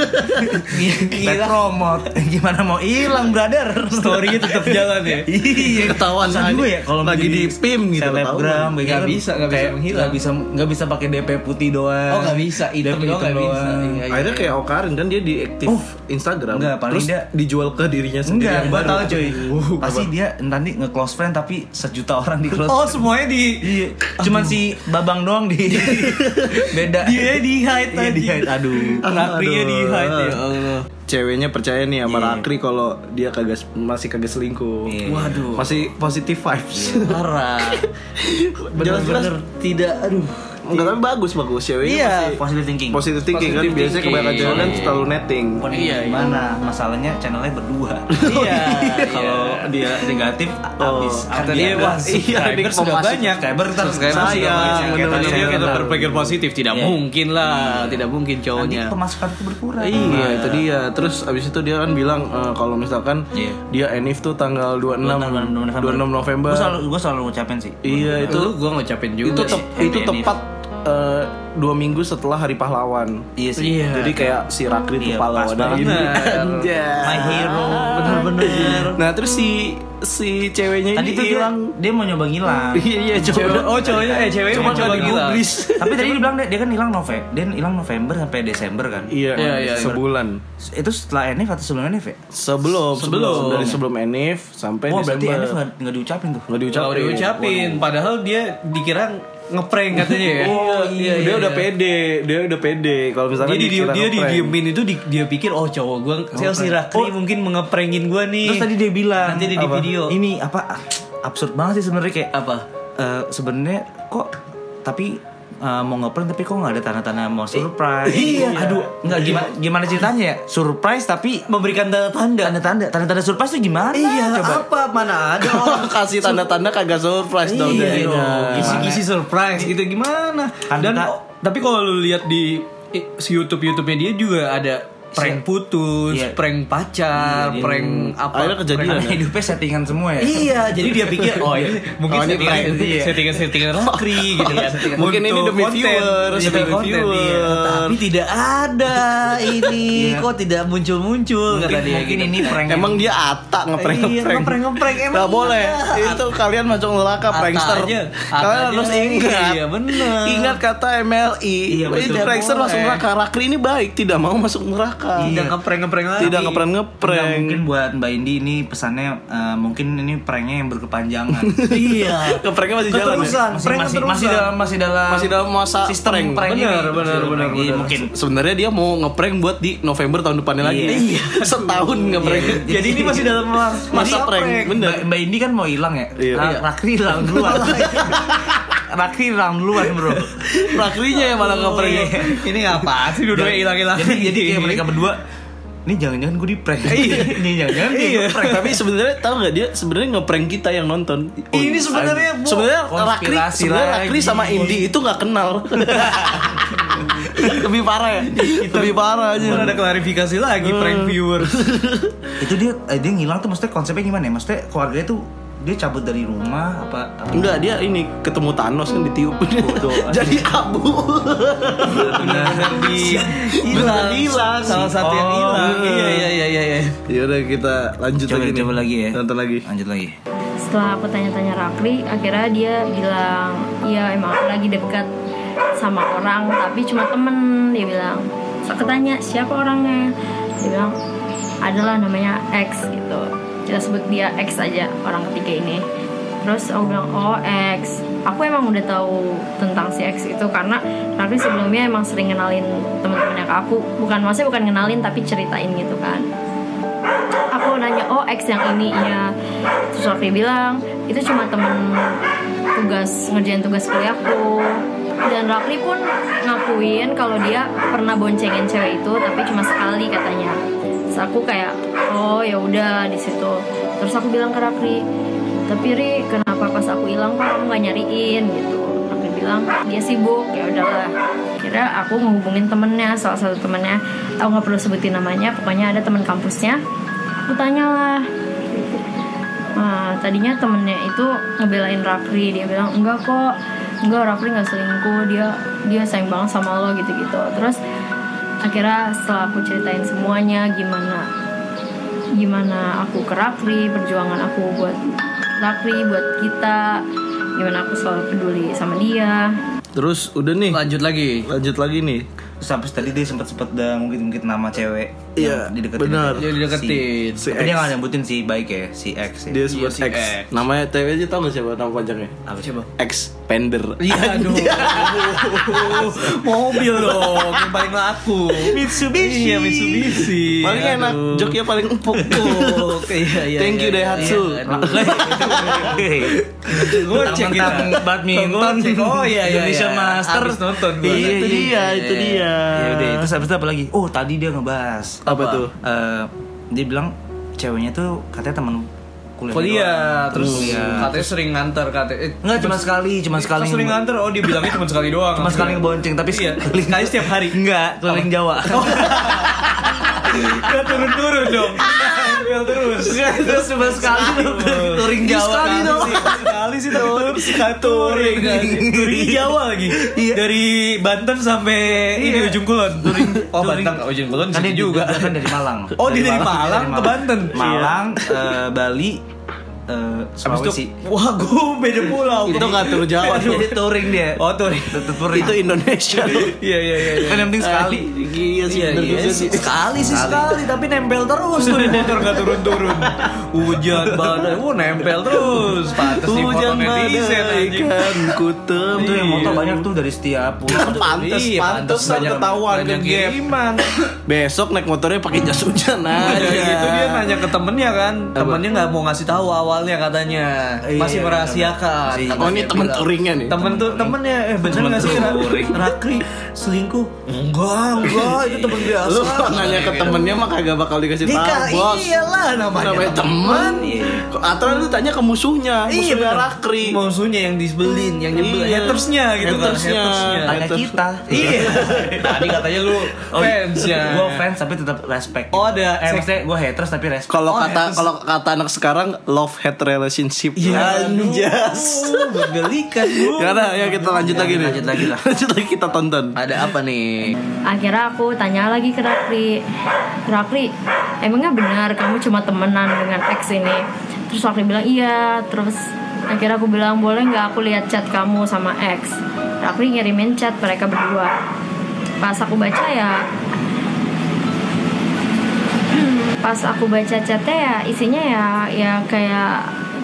S1: Iya. Kita promote. Gimana mau hilang, brother?
S3: Story-nya tetap jalan ya.
S1: Iya,
S2: Ketahuan
S1: Maksud
S2: aja.
S1: gue ya kalau
S2: Lagi
S1: menjadi
S2: di PIM gitu,
S1: Selebgram
S2: ketahuan.
S1: kayak
S3: ya Nggak
S1: gitu,
S3: bisa, nggak bisa
S1: kayak
S3: menghilang.
S1: nggak bisa nggak bisa pakai DP putih doang.
S3: Oh, nggak bisa, hitam
S1: DP
S3: doang nggak
S1: hitam
S3: bisa.
S1: doang.
S3: Iya, iya.
S2: Akhirnya kayak Okarin kan dia diaktif
S1: Oh,
S2: Instagram
S1: enggak, paling
S2: terus
S1: dia-
S2: dijual ke dirinya sendiri
S1: Enggak,
S2: yang
S1: gue
S2: baru.
S1: tau cuy
S2: Uh,
S1: Pasti dia nanti nge-close friend tapi sejuta orang di close
S3: Oh, semuanya di
S1: Iya, cuman si Babang doang di beda.
S3: dia di hide
S1: Iya, di hide. Aduh.
S3: Rakrinya di hide ya Allah.
S2: ceweknya percaya nih sama Rakri kalau dia kagak masih kagak selingkuh.
S1: Iya.
S2: Waduh. Masih positive vibes.
S3: Parah.
S2: Jelas-jelas
S1: Bener-bener
S3: Tidak aduh.
S2: enggak tapi bagus bagus ceweknya
S3: Iya.
S2: masih
S1: positive thinking.
S2: positive thinking kan
S3: Positive
S2: biasanya
S3: thinking.
S2: kebanyakan cewek kan selalu netting.
S1: Bukan
S3: Iya, iya.
S1: gimana? Masalahnya channelnya berdua.
S3: Iya.
S1: Kalau dia negatif habis.
S3: kata dia wah subscriber sudah banyak.
S1: Subscriber kita
S3: subscriber sudah
S2: Sayang,
S3: banyak. Kita
S2: bener-bener
S3: dia
S2: sayang.
S3: kita berpikir positif tidak
S1: Iya.
S3: mungkin lah, tidak mungkin
S1: Nanti
S3: cowoknya.
S1: pemasukan itu berkurang.
S2: Iya itu dia. Terus abis itu dia kan bilang eh, kalau misalkan
S1: Iya.
S2: dia enif tuh tanggal 26 26 November.
S1: Gue selalu, gua selalu ngucapin sih.
S2: Iya itu
S3: gue ngucapin
S2: itu
S3: juga.
S2: tep- itu
S1: Happy
S2: tepat eh, dua minggu setelah Hari Pahlawan.
S1: Iya sih.
S3: Iya.
S2: Jadi kayak si Rakri tuh
S1: Iya,
S2: pahlawan
S1: pas banget.
S2: ini.
S1: My hero.
S2: Ah,
S1: Bener-bener.
S2: Nah terus si si ceweknya
S1: Tadi
S2: ini
S1: tuh dia, dia mau nyoba ngilang.
S2: Iya iya
S3: Cewek-
S2: coba.
S3: oh cowoknya eh ceweknya
S2: Cuma
S3: mau coba
S2: nggak
S3: gila.
S2: digubris.
S1: Tapi tadi dia bilang dia, dia kan hilang November, dia hilang November sampai Desember kan.
S2: Iya,
S3: Iya, iya,
S2: sebulan.
S1: Itu setelah Enif atau sebelum Enif ya?
S2: Sebelum, sebelum
S3: Sebelum.
S2: dari sebelum Enif sampai
S1: Wah berarti Enif
S2: Desember.
S1: nggak nggak diucapin tuh.
S2: Nggak
S3: Kalau
S2: diucapin.
S3: diucapin, padahal dia dikira ngeprank katanya ya.
S2: Oh iya, dia udah
S3: pede.
S2: pede, dia udah pede. Kalau misalkan
S3: Jadi dia
S2: dikira
S3: dia
S2: ngeprank.
S3: didiemin itu di- dia pikir oh cowok gue saya si Rakri mungkin mengeprengin gue nih.
S1: Terus tadi dia bilang
S3: Nanti dia di
S1: apa,
S3: video.
S1: Ini apa? ah, Absurd banget sih sebenarnya kayak
S3: apa?
S1: eh, sebenarnya kok tapi eh, mau ngeprint tapi kok nggak ada tanda-tanda mau
S3: Eh,
S1: surprise. iya. Aduh, nggak gimana gimana ceritanya ya? Surprise tapi
S3: Memberikan tanda-tanda.
S1: tanda-tanda tanda-tanda surprise tuh gimana?
S3: Iya,
S1: coba.
S3: apa mana ada orang
S2: kasih tanda-tanda kagak surprise dong
S3: Iya
S2: jadinya.
S3: dong. Kisi-kisi surprise gitu gimana?
S1: Kan
S3: Dan
S1: kita-
S3: oh, tapi kalau lu lihat di eh, si YouTube YouTube-nya dia juga ada prank putus,
S1: Iya.
S3: prank pacar, prank apa?
S2: Akhirnya kejadian
S1: Karena
S2: ya?
S1: hidupnya settingan semua ya.
S3: Iya, jadi dia pikir oh ini mungkin
S2: Oh, ini
S3: settingan,
S2: prank,
S1: iya.
S3: settingan settingan rakri gitu kan.
S2: Mungkin ini
S3: Untuk
S2: demi viewer,
S3: iya,
S2: demi
S3: konten, iya.
S2: viewer.
S3: Tapi tidak ada ini kok tidak muncul-muncul kata
S1: Iya. Mungkin,
S3: dia
S1: mungkin
S3: gitu.
S1: ini prank.
S2: Emang dia atak ngeprank
S3: Iya, ngeprank-ngeprank, emang
S2: Gak
S3: iya.
S2: boleh. Itu kalian masuk neraka
S3: Ata
S2: prankster.
S3: aja, ata
S2: Kalian
S3: aja.
S2: harus ingat.
S3: Iya, bener.
S2: Ingat kata MLI.
S1: Iya,
S2: Ini
S1: betul.
S2: prankster
S3: Boleh. Iya.
S2: masuk neraka. Rakri ini baik, tidak mau masuk neraka.
S3: tidak ngeprank-ngeprank lagi.
S2: Tidak
S1: Enggak,
S2: ngeprank-ngeprank.
S1: mungkin buat Mbak Indi ini pesannya eh, mungkin ini pranknya yang berkepanjangan.
S3: Iya.
S2: Ngepranknya masih jalan. ya?
S3: Keterusan.
S1: masih,
S3: Prank
S1: masih,
S3: keterusan.
S1: masih dalam masih dalam
S2: Masih dalam masa
S1: sistem
S2: prank.
S1: prank, ini.
S3: Benar,
S1: Masih
S3: benar,
S1: dalam
S3: benar,
S1: prank. Jadi
S3: benar.
S1: mungkin
S2: Sebenarnya dia mau ngeprank buat di November tahun depannya lagi.
S1: Iya.
S2: Setahun ngeprank.
S3: Jadi ini masih dalam
S2: Masa prank. Bener.
S1: Mbak, Mbak Indi kan mau hilang ya.
S2: Iya.
S1: Ra-
S2: Iya.
S1: Rakri hilang duluan.
S3: Iya.
S1: Rakri hilang duluan, Bro. Oh, iya.
S2: Rakrinya yang malah ngeprank.
S3: ini ngapain sih dua-duanya hilang-hilang
S1: Jadi jadi kayak mereka berdua ini jangan-jangan gue di prank.
S3: Iya.
S1: ini jangan-jangan dia
S2: Iya.
S1: prank.
S2: Tapi sebenarnya tahu nggak dia sebenarnya ngeprank kita yang nonton.
S3: Ini sebenarnya, Bu.
S2: sebenarnya Rakri
S1: Konspirasi
S2: sebenarnya
S1: lagi.
S2: Rakri sama Indi itu nggak kenal. Lebih parah ya. Lebih parah aja.
S3: ada klarifikasi lagi prank viewers
S1: Itu dia eh, dia ngilang tuh maksudnya konsepnya gimana ya? Maksudnya keluarganya tuh dia cabut dari rumah apa apa
S2: Enggak dia ini ketemu Thanos kan ditiup Jadi abu
S3: benar di Iya. hilang
S2: hilang.
S3: salah satu yang
S1: Oh,
S3: hilang iya iya iya iya iya.
S2: Ya udah kita lanjut
S1: Coba-
S2: lagi nih.
S1: coba lagi ya.
S2: Nonton lagi
S1: lanjut lagi
S5: setelah aku tanya-tanya Rakri akhirnya dia bilang ya emang aku lagi dekat sama orang tapi cuma temen dia bilang so aku tanya siapa orangnya dia bilang adalah namanya X gitu kita sebut dia X aja orang ketiga ini terus aku bilang oh X aku emang udah tahu tentang si X itu karena Rakri sebelumnya emang sering kenalin teman-temannya ke aku bukan maksudnya bukan kenalin tapi ceritain gitu kan aku nanya oh ex yang ini ya terus Raffi bilang itu cuma temen tugas ngerjain tugas kuliahku dan Rafli pun ngakuin kalau dia pernah boncengin cewek itu tapi cuma sekali katanya terus aku kayak oh ya udah di situ terus aku bilang ke Rafli tapi Ri kenapa pas aku hilang kok kamu nggak nyariin gitu Rafli bilang dia sibuk ya udahlah kira aku ngehubungin temennya salah satu temennya aku nggak perlu sebutin namanya pokoknya ada teman kampusnya aku tanyalah Nah, tadinya temennya itu ngebelain Rafli dia bilang enggak kok enggak Rafli nggak selingkuh dia dia sayang banget sama lo gitu gitu terus akhirnya setelah aku ceritain semuanya gimana gimana aku ke Rafli perjuangan aku buat Rafli buat kita gimana aku selalu peduli sama dia
S2: Terus udah nih
S3: lanjut lagi
S2: lanjut lagi nih.
S1: Terus habis tadi dia sempat sempat dah mungkin mungkin nama cewek
S2: Iya,
S1: yang dideketin.
S2: benar.
S3: dia dideketin
S2: Si
S1: Tapi dia
S2: X.
S1: nggak nyebutin si baik ya, si X. Ya.
S2: Dia sebut
S3: si
S2: Iya, X.
S3: X.
S2: Namanya TW aja tau gak siapa nama panjangnya?
S1: Apa coba?
S2: X Pender.
S3: Iya aduh Mobil dong Yang paling laku
S1: Mitsubishi.
S3: Iya Mitsubishi
S2: Paling enak, joknya paling empuk.
S3: Empuk. Iya, iya,
S2: Thank you
S3: iya,
S2: Daihatsu.
S3: iya, aduh. Gue
S1: Tentang-
S3: cek
S1: tentang badminton.
S3: Oh iya iya
S1: Indonesia
S3: iya.
S1: Master.
S3: Abis nonton gue
S2: Iya, itu dia, itu dia.
S1: Ya udah, terus habis itu apa lagi? Oh, tadi dia ngebahas.
S2: Apa tuh?
S1: Eh, dia bilang ceweknya tuh katanya teman kuliah.
S3: kuliah
S1: doang.
S3: terus
S1: kuliah.
S3: katanya sering nganter katanya eh,
S1: Nggak, cuma sekali, cuma sekali.
S3: sering nganter oh dia bilangnya cuma sekali doang
S1: Cuma sekali ngebonceng, tapi
S3: iya sekali setiap hari
S1: Enggak, keliling Jawa.
S3: nggak turun turun dong email terus.
S1: Terus cuma sekali touring Jawa
S3: Sekali
S1: kan.
S3: dong. Sekali sih tapi terus touring. Touring Jawa lagi. Dari Banten sampai ini ujung kulon. Touring. Oh Banten ke ujung kulon
S1: Kan dia
S3: sini
S1: juga
S3: juga.
S1: kan dari Malang.
S3: Oh, dia dari Malang
S1: dia
S3: ke Banten.
S1: Malang, eh, Bali, eh,
S3: Habis itu,
S1: Sulawesi.
S3: wah gue beda pulau.
S2: Itu nggak tur Jawa tuh.
S1: Jadi touring dia.
S3: Oh touring.
S1: Tetep touring.
S2: Itu Indonesia tuh.
S3: Iya iya iya.
S1: Kan yang penting sekali.
S2: Iya sih, bener
S3: iya
S2: juga sih.
S3: Sekali sih sekali, tapi nempel terus tuh di
S1: Iya.
S3: motor Ah. nggak turun-turun. Hujan badai, wah nempel terus. Pantes di foto
S2: Hujan
S3: netizen
S2: badai
S3: anjing.
S2: kan ku
S1: Itu yang motor
S3: Iya.
S1: banyak tuh dari setiap pulau.
S2: Pantes,
S3: Iya,
S2: pantes
S3: pantesan
S2: banyak-
S3: ketahuan
S2: banyak
S3: ke gap.
S2: kiriman. Besok naik motornya pakai jas hujan
S1: Iya,
S3: Nah,
S2: aja.
S3: gitu dia nanya ke temennya kan, temennya nggak mau ngasih tahu awalnya katanya,
S1: Iya,
S3: masih
S1: iya,
S3: merahasiakan.
S1: iya.
S3: katanya
S2: Oh ini
S3: dia
S2: temen
S3: bilang.
S2: touringnya nih.
S3: Temen tuh temennya eh bener
S1: Temen
S3: nggak sih Ra-
S1: touring.
S3: Rakri selingkuh? Enggak, enggak itu temen biasa.
S2: Lu kalau nanya ke temennya mah kagak bakal dikasih tahu
S3: iya.
S2: bos.
S3: iyalah namanya.
S2: Namanya temen.
S1: Iya.
S2: Atau lu tanya ke musuhnya,
S3: Iya
S2: musuhnya Rakri.
S3: Musuhnya yang disbelin, yang nyebelin,
S2: Iya.
S3: hatersnya gitu
S2: Hatersnya.
S3: kan.
S1: Tanya
S2: Terus-
S1: kita.
S3: Iya. Tadi katanya lu fans ya.
S1: Gue fans tapi tetap respect.
S3: Oh, ada
S1: Eh
S3: sek-
S1: maksudnya gue haters tapi respect.
S2: Kalau
S3: Oh, iya.
S2: kata kalau kata anak sekarang love hate relationship.
S1: Iya,
S2: Anjas.
S3: Aduh, Menggelikan bu.
S2: Ya udah, ya
S3: Iya,
S2: kita lanjut lagi nih.
S1: lanjut lagi lah.
S2: Lanjut lagi kita tonton.
S3: Ada apa nih?
S5: akhirnya aku tanya lagi ke Rakri Rakri emangnya benar kamu cuma temenan dengan ex ini terus Rakri bilang iya terus akhirnya aku bilang boleh nggak aku lihat chat kamu sama ex Rakri ngirimin chat mereka berdua pas aku baca ya pas aku baca chatnya ya isinya ya ya kayak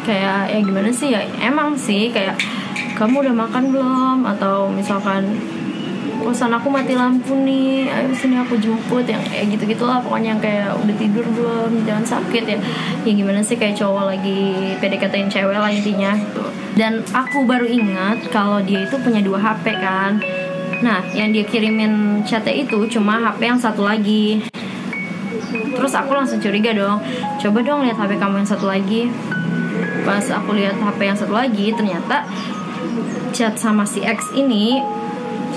S5: kayak ya gimana sih ya emang sih kayak kamu udah makan belum atau misalkan kosan aku mati lampu nih ayo sini aku jemput yang kayak gitu gitulah pokoknya yang kayak udah tidur belum jangan sakit ya ya gimana sih kayak cowok lagi PDKT-in cewek lah intinya dan aku baru ingat kalau dia itu punya dua HP kan nah yang dia kirimin chatnya itu cuma HP yang satu lagi terus aku langsung curiga dong coba dong lihat HP kamu yang satu lagi pas aku lihat HP yang satu lagi ternyata chat sama si X ini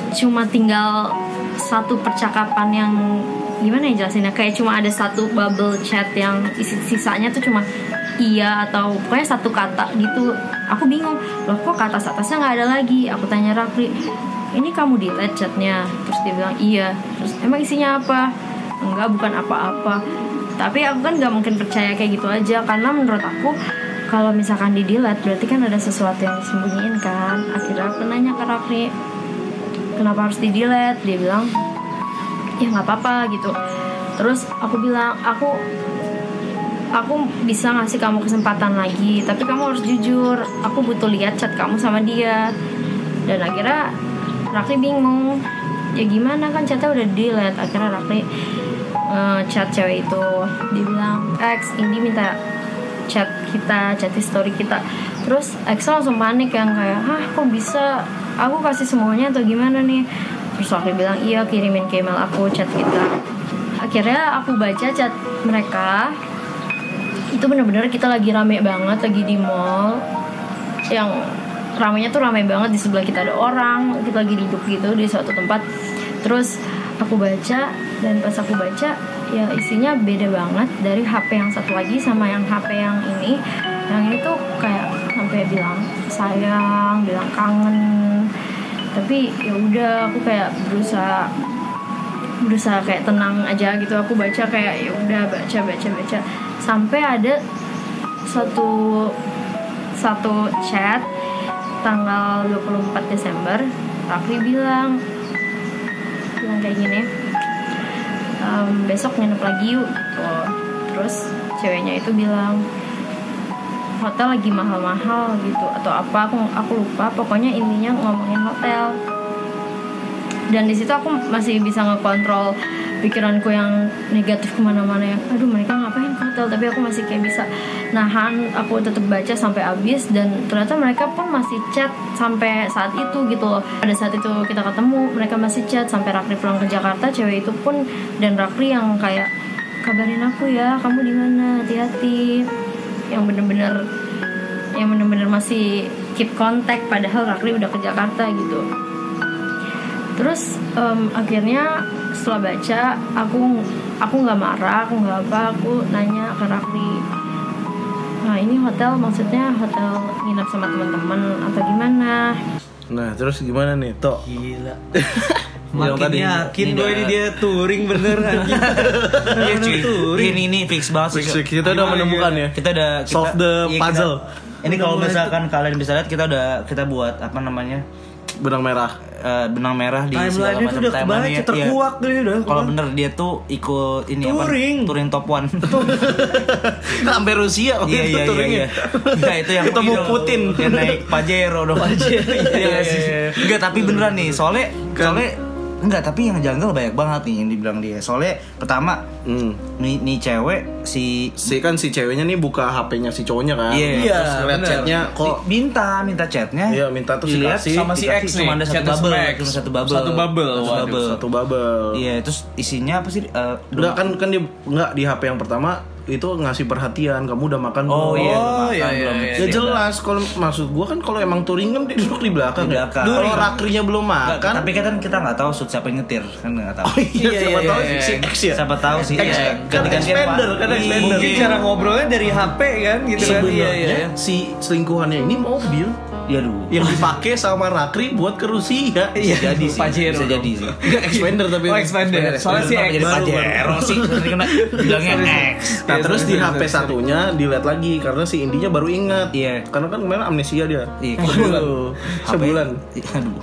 S5: cuma tinggal satu percakapan yang gimana ya jelasinnya kayak cuma ada satu bubble chat yang isi sisanya tuh cuma iya atau pokoknya satu kata gitu aku bingung loh kok kata atasnya nggak ada lagi aku tanya Rafli ini kamu delete chatnya terus dia bilang iya terus emang isinya apa enggak bukan apa-apa tapi aku kan nggak mungkin percaya kayak gitu aja karena menurut aku kalau misalkan di delete berarti kan ada sesuatu yang disembunyiin kan akhirnya aku nanya ke Rafli kenapa harus di delete dia bilang ya nggak apa-apa gitu terus aku bilang aku aku bisa ngasih kamu kesempatan lagi tapi kamu harus jujur aku butuh lihat chat kamu sama dia dan akhirnya Rakli bingung ya gimana kan chatnya udah delete akhirnya Rakli eh, chat cewek itu dia bilang ex ini minta chat kita chat history kita terus ex langsung panik yang kayak hah kok bisa aku kasih semuanya atau gimana nih terus Rakli bilang iya kirimin ke email aku chat kita akhirnya aku baca chat mereka itu bener-bener kita lagi rame banget lagi di mall yang ramenya tuh ramai banget di sebelah kita ada orang kita lagi duduk gitu di suatu tempat terus aku baca dan pas aku baca ya isinya beda banget dari HP yang satu lagi sama yang HP yang ini yang ini tuh kayak sampai bilang sayang bilang kangen tapi ya udah aku kayak berusaha berusaha kayak tenang aja gitu aku baca kayak ya udah baca baca baca sampai ada satu satu chat tanggal 24 Desember Raffi bilang bilang kayak gini "Em, besok nginep lagi yuk gitu terus ceweknya itu bilang hotel lagi mahal-mahal gitu atau apa aku aku lupa pokoknya intinya ngomongin hotel dan di situ aku masih bisa ngekontrol pikiranku yang negatif kemana-mana yang aduh mereka ngapain ke hotel tapi aku masih kayak bisa nahan aku tetap baca sampai habis dan ternyata mereka pun masih chat sampai saat itu gitu loh pada saat itu kita ketemu mereka masih chat sampai Rakri pulang ke Jakarta cewek itu pun dan Rakri yang kayak kabarin aku ya kamu di mana hati-hati yang bener-bener yang bener-bener masih keep contact padahal Rakri udah ke Jakarta gitu terus em, akhirnya setelah baca aku aku nggak marah aku nggak apa aku nanya ke Rafli nah ini hotel maksudnya hotel nginap sama teman-teman atau gimana
S2: Nah terus gimana nih Tok?
S3: Gila.
S2: Yang
S3: Makin
S2: tadi.
S3: yakin gue ini dia touring bener anjing.
S1: Iya
S3: Bener-bener
S1: cuy,
S3: touring.
S1: ini ini fix banget sih.
S2: Fix, fix. Kita udah
S1: Gimana,
S2: menemukan
S1: gimana?
S2: ya.
S1: Kita udah kita,
S2: Solve the
S1: iya, kita-
S2: puzzle.
S1: ini kalau
S3: Menemukan
S1: misalkan kalian bisa lihat kita udah kita buat apa namanya
S2: Benang merah.
S1: eh, benang merah di segala
S3: Timeline-nya
S1: macam
S3: tuh udah
S1: timeline-nya.
S3: kebaca,
S1: Iya.
S3: terkuak tuh ya udah.
S1: Kalau bener dia tuh ikut ini apa?
S3: Touring.
S1: Touring top one.
S2: Sampai Rusia waktu
S1: Iya
S2: Oh, itu
S1: iya iya.
S2: touringnya.
S1: iya. Nah itu yang
S2: Ketemu
S1: itu,
S2: Putin.
S1: Yang naik Pajero dong. Pajero. Iya sih. Enggak tapi beneran nih soalnya
S2: Kan.
S1: soalnya enggak tapi yang janggal banyak banget nih yang dibilang dia. Soalnya pertama
S2: Hmm.
S1: nih, nih cewek si
S2: Si kan si ceweknya nih buka HP-nya si cowoknya kan.
S1: Iya.
S2: Terus ngeliat
S3: bener.
S2: chatnya kok
S1: minta minta chatnya
S2: Iya, minta tuh si
S1: dilihat
S2: kasih,
S1: sama si
S2: dikasih
S1: X cuma ada satu
S3: chatnya sama
S1: bubble
S3: X.
S1: cuma satu bubble
S3: Satu bubble,
S1: Satu
S3: waduh,
S1: bubble.
S2: satu bubble.
S1: iya terus isinya apa sih eh,
S2: Udah kan kan dia nggak di HP yang pertama itu ngasih perhatian kamu udah makan
S1: oh
S2: belum?
S1: iya
S3: Oh, iya,
S1: makan
S3: iya,
S1: belum.
S3: iya,
S2: Ya jelas kalau maksud gua kan kalau emang touring kan dia duduk di belakang,
S1: Di
S2: ya.
S1: belakang.
S2: Kalau
S1: Touring.
S2: rakrinya belum
S1: Nggak,
S2: makan.
S1: tapi kan kita nggak tahu suit siapa yang nyetir kan nggak tahu
S2: Oh iya,
S3: Iya,
S2: siapa
S3: iya,
S2: tahu
S3: iya.
S2: si X ya.
S1: siapa tahu sih
S2: X-
S1: iya.
S2: kan expander, kan expander.
S3: Mungkin cara ngobrolnya dari HP kan gitu kan.
S2: Sebenarnya
S3: iya.
S2: si selingkuhannya ini mobil
S1: ya aduh
S2: yang dipakai sama Rakri buat ke Rusia.
S3: Iya,
S1: bisa jadi sih
S3: Pajero
S1: bisa
S3: dong.
S1: jadi sih
S2: Nggak, expander tapi.
S3: Oh, expander. Soalnya si
S1: Kenapa
S3: X
S1: jadi
S3: baru.
S1: Pajero sih Tadi kena bilangnya X
S2: Nah terus
S1: iya,
S2: di HP satunya dilihat lagi karena si Indinya baru ingat.
S1: Iya.
S2: Karena kan kemarin amnesia dia.
S1: Iya,
S2: Sebulan.
S1: aduh.
S2: Sebulan.
S1: Iya, aduh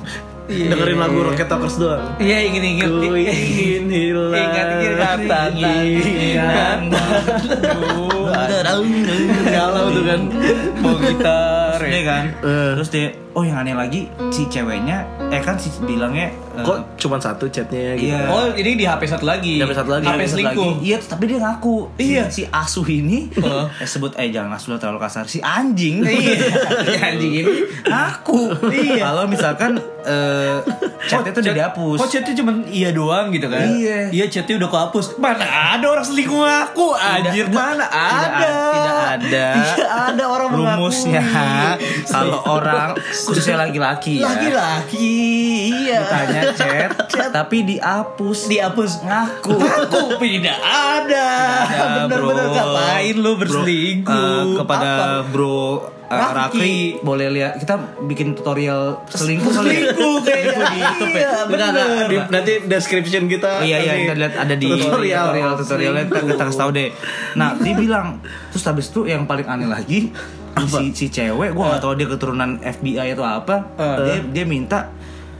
S2: Dengerin lagu Rocket Talkers doang.
S3: Iya inget-inget.
S2: Ku ingin hilang.
S3: Ingat ingatan ingatan.
S2: Galau tuh kan.
S3: Bawa gitar.
S1: Terus dia
S3: ya.
S1: kan
S2: Eh.
S1: terus dia oh yang aneh lagi si ceweknya eh kan si bilangnya eh,
S2: Kok cuma satu chatnya gitu.
S1: iya
S3: Oh ini di HP satu lagi.
S2: Di HP satu lagi.
S3: HP
S1: Terus
S3: selingkuh.
S1: lagi, Iya, tapi dia ngaku. Iya. Si, asu ini eh, sebut eh jangan asu lah terlalu kasar. Si anjing. Iya. si anjing ini ngaku. Iya. Kalau misalkan eh chatnya tuh udah dihapus.
S3: Oh chatnya cuman iya doang gitu kan?
S1: Iya.
S3: Iya chatnya udah kehapus. Mana ada orang selingkuh aku?
S1: Tidak-
S3: Anjir mana
S1: tidak a-
S3: ada?
S1: tidak ada.
S3: Tidak ada orang
S1: Rumusnya
S3: mengakui.
S1: kalau orang khususnya laki-laki ya.
S3: Laki-laki. Iya.
S1: Ditanya chat, tapi dihapus.
S3: Dihapus
S1: ngaku.
S3: Aku tidak ada.
S1: ada,
S3: Bener-bener
S1: bro.
S3: ngapain lu berselingkuh?
S1: Eh, kepada
S3: Apa?
S1: bro eh,
S3: Raffi.
S1: Raffi boleh lihat kita bikin tutorial selingkuh kali ya?
S3: selingkuh kayaknya.
S1: Selingkuh di YouTube ya?
S3: Iya,
S1: Enggak,
S3: bener.
S1: enggak,
S2: Di- nanti description kita.
S1: Oh, iya iya
S2: nanti
S1: kita lihat ada di
S2: tutorial.
S1: tutorial tutorialnya kita kita kasih tahu deh. Nah dia bilang terus habis itu yang paling aneh lagi si si cewek gua nggak tahu dia keturunan FBI atau apa dia dia minta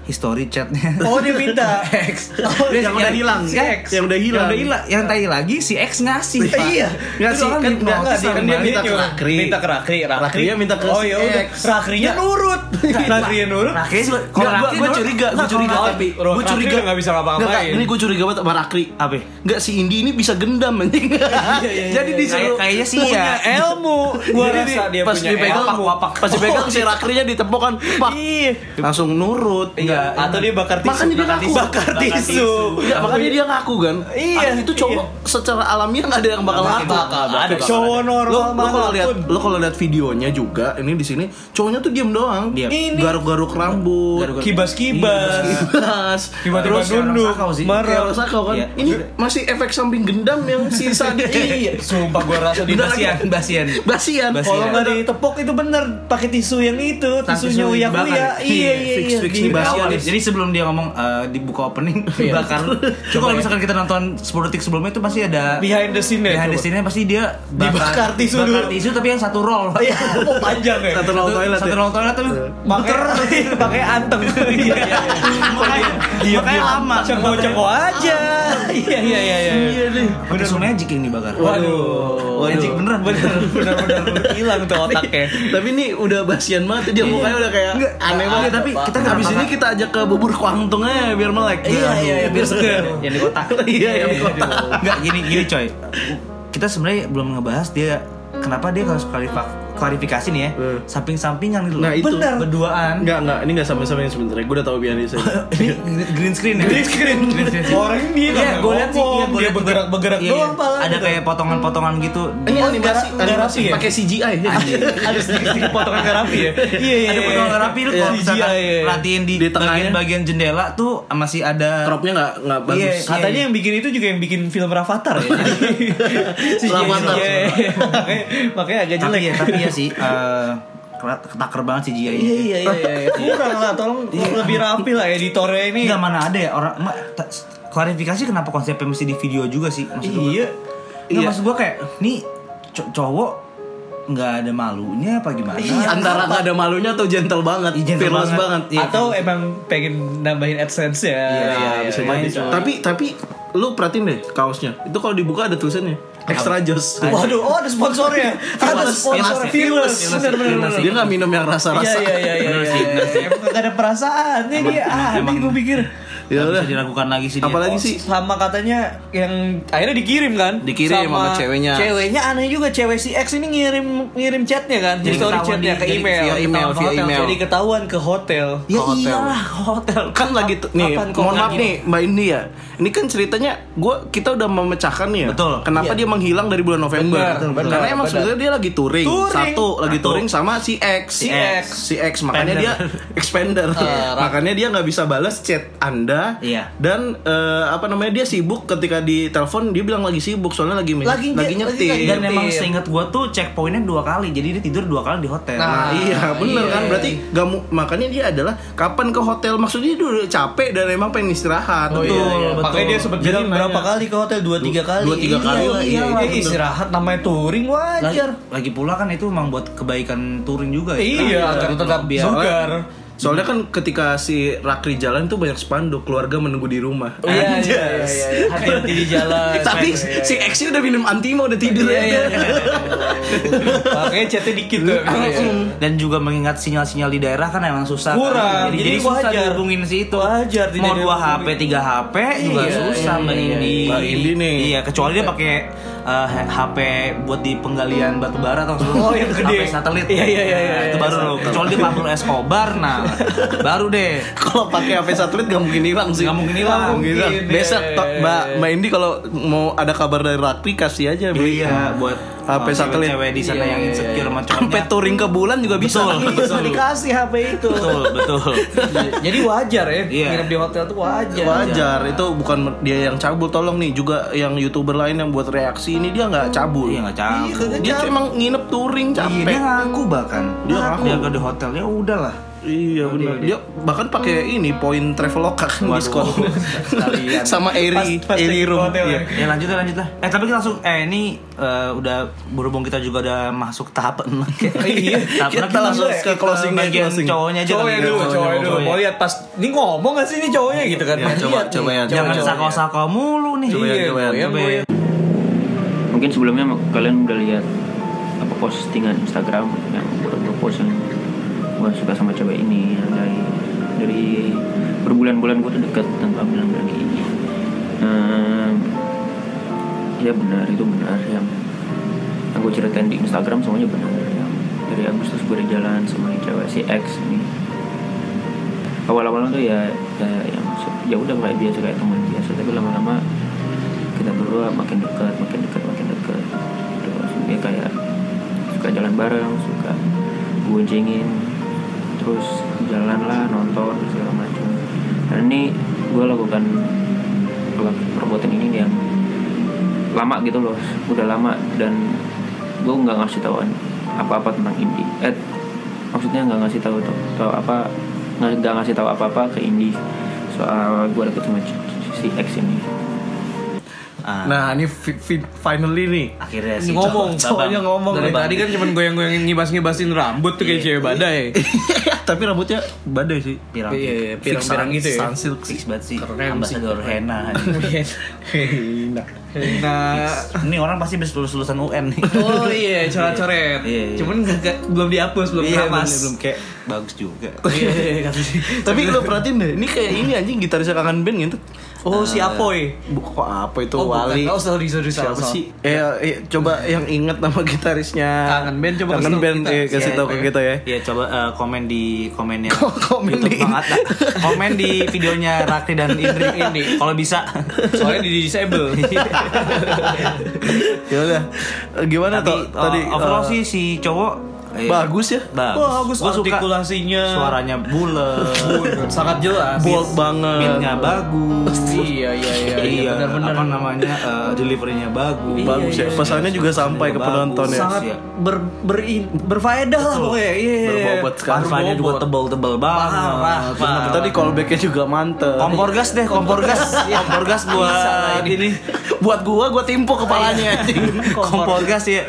S1: history chatnya.
S3: Oh dia minta X. Oh,
S2: Yang udah hilang.
S1: Si X.
S2: Yang udah hilang.
S1: Yang udah hilang. Yang tadi lagi si X ngasih. Pak.
S3: Iya,
S1: Ngasih
S3: Itu
S1: kan
S3: enggak, enggak,
S1: hipnotis
S3: dia-
S1: sama
S3: dia
S1: balik.
S2: minta ke Rakri.
S3: Minta ke Rakri, Rakri.
S2: Rakrinya minta ke
S3: Oh
S2: si
S3: ya udah,
S2: X.
S3: Rakrinya nurut. Rakrinya nurut.
S1: Rakri juga- kalau
S2: Nggak, gua,
S1: Rakri
S2: gua
S1: nurut-
S2: curiga, gua
S1: Nggak, kalau
S2: curiga
S1: Rakri-
S2: tapi
S3: Rakri
S2: gua
S3: udah
S2: curiga
S3: nggak bisa ngapa-ngapain.
S2: Nggak, Kak, Ini gua curiga banget sama Rakri.
S1: Apa?
S2: Enggak si Indi ini bisa gendam anjing.
S1: Iya,
S3: Iya,
S2: Jadi disuruh
S1: Kayak- kayaknya sih
S3: Punya
S1: ya.
S3: ilmu. Gua
S2: Jadi di-
S3: rasa iya. dia
S2: pas
S3: punya
S2: dipegang
S3: ilmu.
S2: wapak, pas dipegang si rakrinya ditepokan pak
S3: Iya.
S2: langsung nurut
S3: Iya,
S2: Nggak.
S3: atau dia bakar tisu.
S2: makanya dia
S3: Bakar
S2: ngaku
S3: tisu. Bakar tisu.
S2: Nggak, makanya dia ngaku kan
S3: Iya,
S2: Ah, itu cowok secara alamiah nggak ada yang bakal ngaku
S3: bakal, bakal.
S2: Ada,
S3: Cowok
S2: ada.
S3: normal
S2: Lo- lo kalau lihat
S3: manapun.
S2: lo kalau lihat videonya juga ini di sini cowoknya tuh diem doang
S1: Diam.
S3: Ini.
S2: garuk-garuk rambut
S3: Kibas-kibas.
S2: kibas
S3: Tiba-tiba
S1: Terus orang
S3: nunduk.
S1: sakau sih.
S3: Marah.
S2: Kayak Rosako kan
S1: Iya.
S2: ini masih efek samping gendam yang sisa di iya
S3: Sumpah gua rasa di
S2: Bentar
S3: Basian.
S1: Basian, Basian.
S2: basian
S1: Basian.
S3: Kalau
S2: Kalau
S3: nggak
S2: nggak ada-
S3: ditepok itu bener pakai Nah, tisu yang itu, tisunya
S1: tisu
S3: uya uya.
S1: dibakar.
S3: Iya iya
S2: Fix,
S3: iya.
S2: fix
S3: Gila.
S2: di bawah.
S1: Awal, jadi sebelum dia ngomong eh, dibuka opening
S3: Iya.
S1: bakar. Itu kalau misalkan kita nonton 10 detik sebelumnya itu pasti ada
S3: Behind the scene-nya,
S1: Behind the
S3: coba.
S1: scene-nya pasti dia
S3: Dibakar tisu
S1: bakar
S3: dulu.
S1: tisu tapi yang satu roll.
S3: Iya, oh, panjang ya. Iya.
S2: satu roll toilet
S1: Satu
S2: ya?
S1: roll toilet tapi
S3: pakai pakai anteng iya makanya
S1: Makanya lama.
S3: cengko cengko aja iya iya iya iya
S1: bener magic yang dibakar.
S3: waduh
S1: Magic beneran bener.
S3: benar benar hilang tuh otaknya
S2: tapi ini udah basian banget dia mukanya udah kayak
S1: Nggak,
S2: aneh banget
S1: tapi kita nggak
S2: habis ini
S1: bakal-
S2: kita ajak ke bubur kuangtung aja biar melek
S1: Iya iya iya biar seger. Yang di kota.
S2: Iya, yang di kotak.
S1: Enggak gini gini coy. Kita sebenarnya belum ngebahas dia kenapa dia harus kali fak- klarifikasi nih ya.
S2: Hmm.
S1: Samping-sampingan gitu. loh.
S2: Nah, itu.
S1: Bener berduaan.
S2: Enggak, enggak, ini enggak sama-sama yang sebenarnya. Gue udah tahu biar saya.
S1: iya. Ini green screen ya. Green screen.
S3: Orang ini dia
S1: Iya,
S3: nggak
S1: gue lihat sih, iya, gua
S3: ngomong, dia
S1: lihat juga.
S3: bergerak-bergerak
S1: Iya,
S3: doang
S1: iya.
S3: pala
S1: Ada
S3: gitu.
S1: kayak potongan-potongan gitu.
S2: Ini animasi,
S3: nggak
S2: animasi
S3: rapi ya?
S2: pakai CGI.
S3: Ada sedikit-sedikit potongan nggak rapi ya. Iya
S1: Ada potongan rapi lu kalau
S3: Iya,
S1: misalkan
S3: iya, iya.
S1: latihan di
S2: Di tengahnya.
S1: bagian-bagian jendela tuh masih ada
S2: Cropnya enggak enggak bagus.
S1: Iya.
S3: Katanya yang bikin itu juga yang bikin film Rafathar ya. Si
S2: Rafathar.
S3: Iya, iya, iya. Makanya makanya agak jelek.
S1: tapi ya tapi ya sih eh, ketaker banget sih Jia ini.
S3: Iya. Iya iya iya. iya. Kurang lah, tolong lebih rapi lah editornya ini.
S1: Iya. Enggak mana ada ya orang ma- ta- s- klarifikasi kenapa konsepnya mesti di video juga sih maksud gua.
S3: Iya.
S1: Nggak,
S2: Iya.
S1: maksud gua kayak nih co- cowok nggak ada malunya apa gimana?
S3: Iya.
S2: Antara nggak ada malunya atau gentle banget,
S1: Iya, gentle
S2: fearless
S1: banget.
S2: banget.
S1: Iya.
S3: Atau emang pengen nambahin adsense ya?
S2: Iya, bisa jadi. Tapi tapi lu perhatiin deh kaosnya. Itu kalau dibuka ada tulisannya extra jos.
S3: Waduh, oh ada sponsornya. Ada sponsornya. Fearless. Benar benar benar.
S2: Dia nggak minum yang
S3: Iya
S2: rasa-rasa.
S3: iya iya iya.
S1: Bener sih, bener sih.
S3: Emang nggak ada perasaan nih dia. Ah, ini
S1: emang.
S3: gue pikir.
S2: Ya
S1: Nggak
S2: udah.
S1: bisa diragukan lagi sih. dia.
S2: Apalagi sih
S3: Sama katanya yang akhirnya dikirim kan?
S2: Dikirim sama ceweknya.
S3: Ceweknya aneh juga cewek si X ini ngirim ngirim chatnya kan, jadi story
S1: ketahuan
S3: chatnya
S1: di-
S3: ke
S1: jadi
S3: email.
S2: via email, via
S3: Hotel.
S2: email.
S3: Jadi ketahuan ke hotel.
S1: Ya
S2: hotel.
S1: iyalah ke hotel.
S2: kan lagi tuh nih
S3: kapan kok
S2: mohon maaf
S3: nggak
S2: nih mbak Indi ya ini kan ceritanya gua kita udah memecahkan nih ya
S1: Betul.
S2: kenapa dia menghilang dari bulan November
S3: Benar, Iya. betul, benar,
S2: karena emang
S3: benar.
S2: sebenarnya dia lagi touring.
S3: Touring.
S2: satu lagi touring sama si X
S3: Si X.
S2: si X makanya dia expander
S3: Eh,
S2: makanya dia nggak bisa balas chat anda
S1: Iya.
S2: dan eh, apa namanya dia sibuk ketika di telepon dia bilang lagi sibuk soalnya lagi men-
S3: Lagi-
S2: lagi
S3: lagi-
S2: nyetir
S3: lagi-
S1: Dan
S3: Iya.
S1: memang seingat gua tuh checkpointnya dua kali, jadi dia tidur dua kali di hotel.
S2: Nah,
S3: Nah,
S2: iya bener
S3: iya.
S2: kan berarti gak mu- makanya dia adalah kapan ke hotel maksudnya dia udah capek dan emang pengen istirahat
S3: Oh,
S2: betul
S3: iya, iya.
S1: betul.
S3: Makanya dia sempat
S2: Jadi
S3: bilang berapa
S2: nanya.
S3: kali ke hotel? Dua tiga kali.
S2: dua, tiga
S3: Iya,
S2: kali lah,
S3: iya, iya,
S2: iya, iya,
S3: iya,
S2: betul.
S3: istirahat namanya touring
S1: lagi,
S3: wajar.
S1: lagi pula kan itu memang buat kebaikan touring juga ya.
S3: Iya,
S2: kan
S3: agar tetap
S1: biar
S3: segar.
S2: Soalnya- Soalnya kan ketika si Rakri jalan tuh banyak spanduk keluarga menunggu di rumah.
S3: Iya, iya, iya, iya, iya. Hati-hati di jalan.
S2: Tapi si X udah minum antimo udah tidur
S3: Iya,
S2: ya.
S3: iya, iya. Makanya chatnya dikit
S2: Iya,
S3: tuh.
S1: dan juga mengingat sinyal-sinyal di daerah kan emang susah kan.
S3: Kurang,
S1: jadi,
S3: jadi
S1: jadi susah
S3: wajar.
S1: dihubungin sih itu
S3: Wajar tidak
S1: mau dua HP
S3: dihubungin.
S1: tiga HP juga
S3: Iya,
S1: susah
S3: iya,
S1: mbak
S3: iya,
S1: Indi
S2: Mbak Indi nih.
S1: iya kecuali dia pakai eh, HP buat di penggalian batu bara atau
S3: Oh, yang gede.
S1: HP satelit
S3: Iya, iya, iya,
S1: Nah,
S3: iya,
S1: itu
S3: iya,
S1: baru
S3: iya.
S1: loh kecuali dia Pablo Escobar nah baru deh
S2: Kalau pakai HP satelit gak mungkin hilang sih.
S1: Nggak mungkin hilang.
S2: Nggak mungkin hilang.
S3: Mungkin,
S2: Besok
S3: iya,
S2: to-
S3: iya,
S2: Mbak
S3: iya.
S2: Mbak Indi kalau mau ada kabar dari Rakri kasih aja beli.
S1: iya buat
S2: HP
S1: eh,
S2: satelit.
S1: cewek di sana
S3: Iya,
S1: yang
S3: iya,
S1: insecure sama
S2: Sampai
S1: cowoknya
S2: touring ke bulan juga bisa.
S1: Betul.
S3: Bisa Iya, dikasih HP itu.
S1: betul betul
S3: Iya. Jadi wajar ya,
S1: Iya.
S3: nginep di hotel tuh wajar.
S2: Wajar, itu bukan mer- dia yang cabul tolong nih juga yang youtuber lain yang buat reaksi ini dia nggak cabul.
S1: iya nggak cabut
S2: Dia cuma emang nginep touring
S1: iya
S2: capek.
S1: dia ngaku bahkan
S2: Dia ngaku.
S1: dia ke di Ya hotelnya udahlah
S2: Iya benar. Dia bahkan pakai ini poin traveloka kan
S1: Waduh.
S2: diskon. Sama Eri,
S3: Pas- pas
S2: Eri
S3: check-in
S2: room.
S3: hotel
S2: Iya.
S1: Ya
S3: ya.
S1: lanjut lah lanjut lah. Eh tapi kita langsung eh ini eh, udah berhubung kita juga udah masuk tahap enam.
S3: Iya.
S1: Tahap enam,
S2: Kita langsung ke closing aja,
S1: bagian
S2: closing.
S1: cowoknya Iya, aja.
S3: Cowoknya
S1: kali. ya.
S3: dulu, cowoknya dulu. Mau lihat pas ini ngomong gak sih ini cowoknya gitu kan? Lihat
S2: coba,
S3: nih.
S2: coba ya,
S1: Jangan
S2: Cowoknya.
S1: sako-sako mulu nih.
S3: Iya,
S2: coba ya.
S1: Coba ya.
S6: mungkin sebelumnya kalian udah lihat apa postingan Instagram yang beberapa post yang gue suka sama cewek ini yang dari dari berbulan-bulan gue tuh deket tanpa bilang bilang ini Ehm, ya benar itu benar yang yang gue ceritain di Instagram semuanya benar yang dari Agustus gue udah jalan sama yang cewek si X ini awal-awalnya tuh ya ya, yang se- ya udah kayak biasa kayak teman biasa tapi lama-lama kita berdua makin dekat makin dekat makin dekat terus dia kayak suka jalan bareng suka goncengin terus jalan lah nonton segala macam dan ini gue lakukan lak- perbuatan ini yang lama gitu loh udah lama dan gue nggak ngasih tahuan apa-apa tentang Indi eh maksudnya nggak ngasih tahu tahu, tahu apa nggak nggak ngasih tahu apa-apa ke Indi soal gue deket sama c- c- si X ini
S1: Ah,
S2: Nah, ini fi- fi- finally nih.
S1: akhirnya sih
S7: ngomong
S1: Babang.
S3: kan.
S2: Iya.
S7: soalnya ngomong dari tadi kan cuman goyang-goyangin ngibas-ngibasin rambut tuh kayak cewek badai
S2: Ya, Tapi rambutnya badai sih.
S1: pirang
S3: Iya, iya,
S1: iya,
S3: pirang-pirang gitu ya.
S2: Sunsilk sih.
S1: fix banget sih
S3: Keren
S1: ambasador henna
S2: Enak.
S3: Nah,
S1: ini orang pasti habis lulus lulusan UN nih
S3: oh iya, coret-coret.
S1: Iya, iya.
S3: Cuman nggak- nggak- belum dihapus, belum
S1: Iya,
S3: dihapus.
S1: bener, belum kayak bagus juga
S3: Iya, iya, iya, kata si-
S2: Tapi lo perhatiin deh, ini kayak ini anjing gitarisnya kangen band gitu.
S3: Oh, si Apoy.
S2: Bu, kok apa itu
S3: Oh, bukan.
S2: Wali?
S3: Oh, sorry, sorry,
S2: Siapa
S3: salah,
S2: sih? Eh, eh, coba yang inget nama gitarisnya.
S3: Kangen band, coba kasih
S2: kangen
S3: tahu
S2: band
S3: kita.
S2: eh, kasih
S3: Iya,
S2: tahu ke
S3: iya.
S2: kita ya.
S1: ya coba eh, komen di komennya
S2: komen di-
S1: YouTube Bang Atta. komen di videonya Rakti dan Indri ini kalau bisa
S3: Soalnya di disable.
S2: Ya udah. Eh, Gimana
S1: tapi
S2: tuh tadi?
S1: eh, overall
S2: eh,
S1: sih si cowok eh,
S2: Bagus ya?
S1: bagus,
S3: Bagus
S1: Gua suka
S3: artikulasinya.
S1: suaranya bulat
S3: sangat jelas.
S2: bold
S1: beatnya
S2: banget.
S1: bagus
S3: Iya, iya, iya, iya, benar-benar.
S1: apa namanya eh, deliverynya bagus Iya,
S2: Bagus ya. Pesannya juga sampai ke
S1: Bagus.
S2: penonton ya.
S1: Sangat
S3: ber, ber, berfaedah lah pokoknya. Iya, iya, iya.
S2: Berbobot sekali.
S1: Parfanya juga tebel-tebel banget.
S3: Parah, parah.
S2: Nah, tadi callbacknya juga mantep.
S1: Kompor gas deh, kompor gas,
S3: Iya.
S1: kompor gas buat ini.
S2: Buat gua, gua
S3: Iya.
S2: timpuk kepalanya anjing.
S1: Kompor gas ya.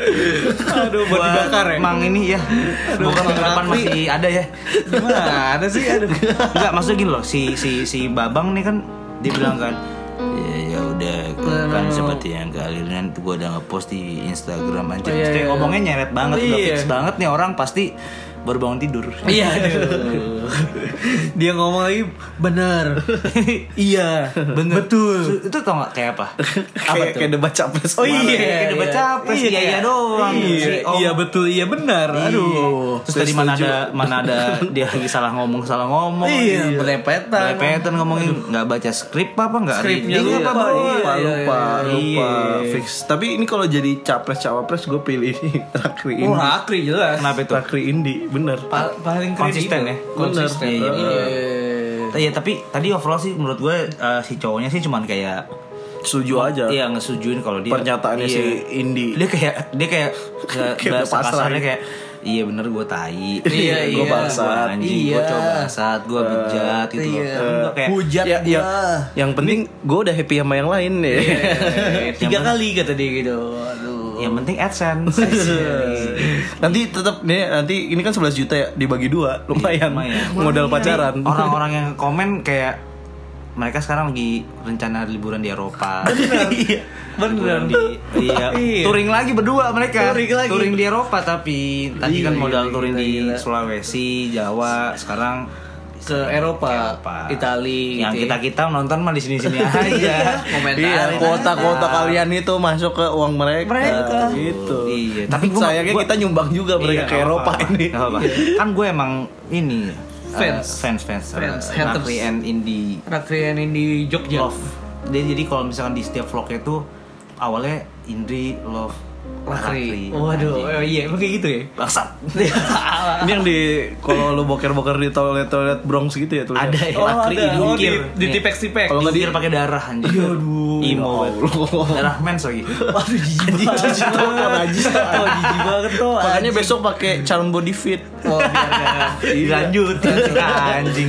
S1: Aduh, buat
S3: dibakar ya?
S1: Mang ini ya. Bukan
S3: Mang
S1: minggu depan
S3: Rafli.
S1: masih ada ya.
S3: Gimana sih? Aduh.
S1: Enggak, maksudnya gini loh, si si si Babang nih kan dia bilang kan Ya, ya udah kan seperti yang kalian gue udah ngepost di Instagram aja.
S3: iya,
S1: Mesti
S3: iya.
S1: ngomongnya nyeret banget, udah
S3: Iya.
S1: fix banget nih orang pasti baru bangun tidur.
S3: Iya, aduh. Dia ngomong lagi benar. iya, bener. betul.
S1: Itu tau gak kayak apa?
S2: Kayak kayak debat capres.
S3: Oh iya,
S1: Kayak udah baca capres, iya, iya doang.
S3: Iya,
S1: Si Om.
S3: iya betul, iya benar. Aduh.
S1: Terus tadi mana ada mana ada dia lagi salah ngomong salah ngomong.
S3: Iya, belepetan.
S1: Belepetan ngomongin nggak baca skrip apa nggak
S3: Skripnya
S1: reading
S3: lupa,
S1: apa bro?
S3: iya,
S2: lupa lupa lupa
S1: Iya.
S2: fix tapi ini kalau jadi capres cawapres gue pilih Rakri
S3: Oh,
S2: Indi
S3: Hakri jelas.
S1: Kenapa itu?
S2: Rakri Indi bener
S3: Pa- paling
S1: Konsisten
S3: kredibel.
S1: ya?
S3: Konsisten.
S1: Bener.
S3: Iya.
S1: Iya tapi tadi overall sih menurut gue eh, si cowoknya sih cuman kayak
S2: setuju aja
S1: Iya ngesujuin kalau dia
S2: pernyataannya
S1: Iya.
S2: si Indi
S1: Dia kayak dia kayak
S2: Kayak
S1: ke-
S2: udah
S1: bahasa
S2: pasrah
S1: kasarnya
S2: gitu.
S1: kayak iya bener gue tai
S3: Iya,
S1: gue
S3: iya.
S1: bangsat gue
S3: Iya. Eh,
S1: coba bangsat gue bejat gitu loh.
S3: Iya.
S1: Enggak, kayak
S3: Hujat
S2: ya,
S1: iya.
S2: ya,
S3: gua.
S2: yang penting gue udah happy sama yang lain ya
S3: Eh, Tiga kali kata dia gitu. Aduh.
S1: iya. yang penting adsense
S2: nanti tetap nih nanti ini kan 11 juta ya dibagi dua lumayan,
S1: lumayan.
S3: iya,
S2: modal pacaran
S1: orang-orang yang komen kayak mereka sekarang lagi rencana liburan di Eropa. Iya. Liburan di iya.
S3: Iya.
S1: touring lagi berdua mereka.
S3: Touring lagi. Iya,
S1: di Eropa tapi tadi kan modal touring di Sulawesi, Jawa, sekarang
S3: Ke Eropa,
S1: Eropa.
S3: Itali
S1: yang
S3: gitu ya.
S1: kita-kita nonton mah di sini-sini aja. Gitu.
S3: Komentarin.
S2: Iya, kuota-kuota kalian itu masuk ke uang mereka.
S1: Mereka.
S2: Gitu.
S1: Iya, tapi gua-
S2: sayangnya
S1: gua-
S2: kita nyumbang juga
S1: Iya,
S2: mereka ke
S1: gak
S2: Eropa
S1: apa-apa.
S2: ini.
S1: Gak apa-apa. Kan gue emang ini
S3: Fans.
S1: eh, fans fans
S3: Fans,
S1: eh,
S3: haters. Iya.
S1: Nakri and Indi
S3: Rakrian yang di Jogja.
S1: love. Dia jadi kalau misalkan di setiap vlognya tuh awalnya Indri love
S3: Rakri. Waduh, oh, iya, emang kayak gitu ya.
S1: Bangsat.
S2: Ini yang di kalau lu boker-boker di toilet-toilet Bronx gitu ya tulisannya.
S1: ada ya Rakri diukir.
S3: Oh, di di Iya, tipek tipek.
S1: Kalau nggak diukir pakai darah anjing. Aduh. Imo. banget. Darah mens lagi.
S3: Ya Waduh, jijik banget. Oh, jijik banget tuh.
S2: Makanya besok pakai charm body fit.
S3: Oh, biar nggak-
S1: Dilanjut
S3: Iya.
S1: anjing.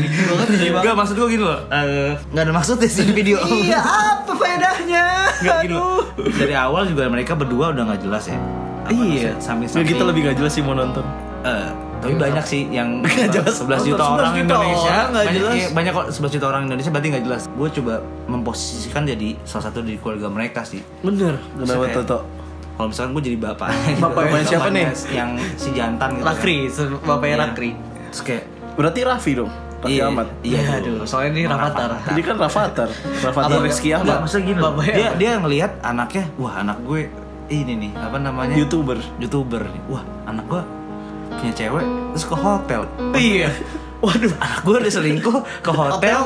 S1: Enggak maksud gue gini loh. Eh, Nggak ada maksudnya sih di video.
S3: Iya, apa faedahnya?
S1: Gak gini loh. Dari awal juga mereka berdua udah nggak jelas ya. Apa maksudnya?
S2: Iya.
S1: Samping
S2: Ya,
S1: samping.
S2: kita lebih gak jelas sih mau nonton.
S1: Eh, tapi banyak sih yang 11 juta orang
S3: 11 juta
S1: Indonesia
S3: orang nggak
S1: banyak,
S3: jelas.
S1: iya, banyak kok 11 juta orang Indonesia berarti nggak jelas gue coba memposisikan jadi salah satu dari keluarga mereka sih
S2: Bener. Kenapa
S1: Maksudnya-
S2: Toto?
S1: kalau misalkan gue jadi bapak
S2: Bapak yang siapa
S1: Bapaknya
S2: nih?
S1: yang si jantan gitu
S3: Rakri,
S1: kan.
S3: se- bapaknya
S1: Iya.
S3: Rakri.
S1: terus kayak
S2: Berarti Raffi dong. Raffi
S1: iya
S2: Ahmad.
S1: iya
S3: Aduh, soalnya ini Rafathar.
S2: Jadi kan Rafathar. Rafathar
S3: Apa-
S2: Rizky
S1: Enggak,
S2: Ahmad.
S1: maksudnya gini loh.
S3: Bapaknya
S1: Dia
S3: apa?
S1: dia ngelihat anaknya, wah anak gue ini nih, apa namanya?
S2: Youtuber.
S1: Youtuber nih. Wah, anak gue punya cewek terus ke hotel.
S3: Iya. Waduh,
S1: Anak gue udah selingkuh ke hotel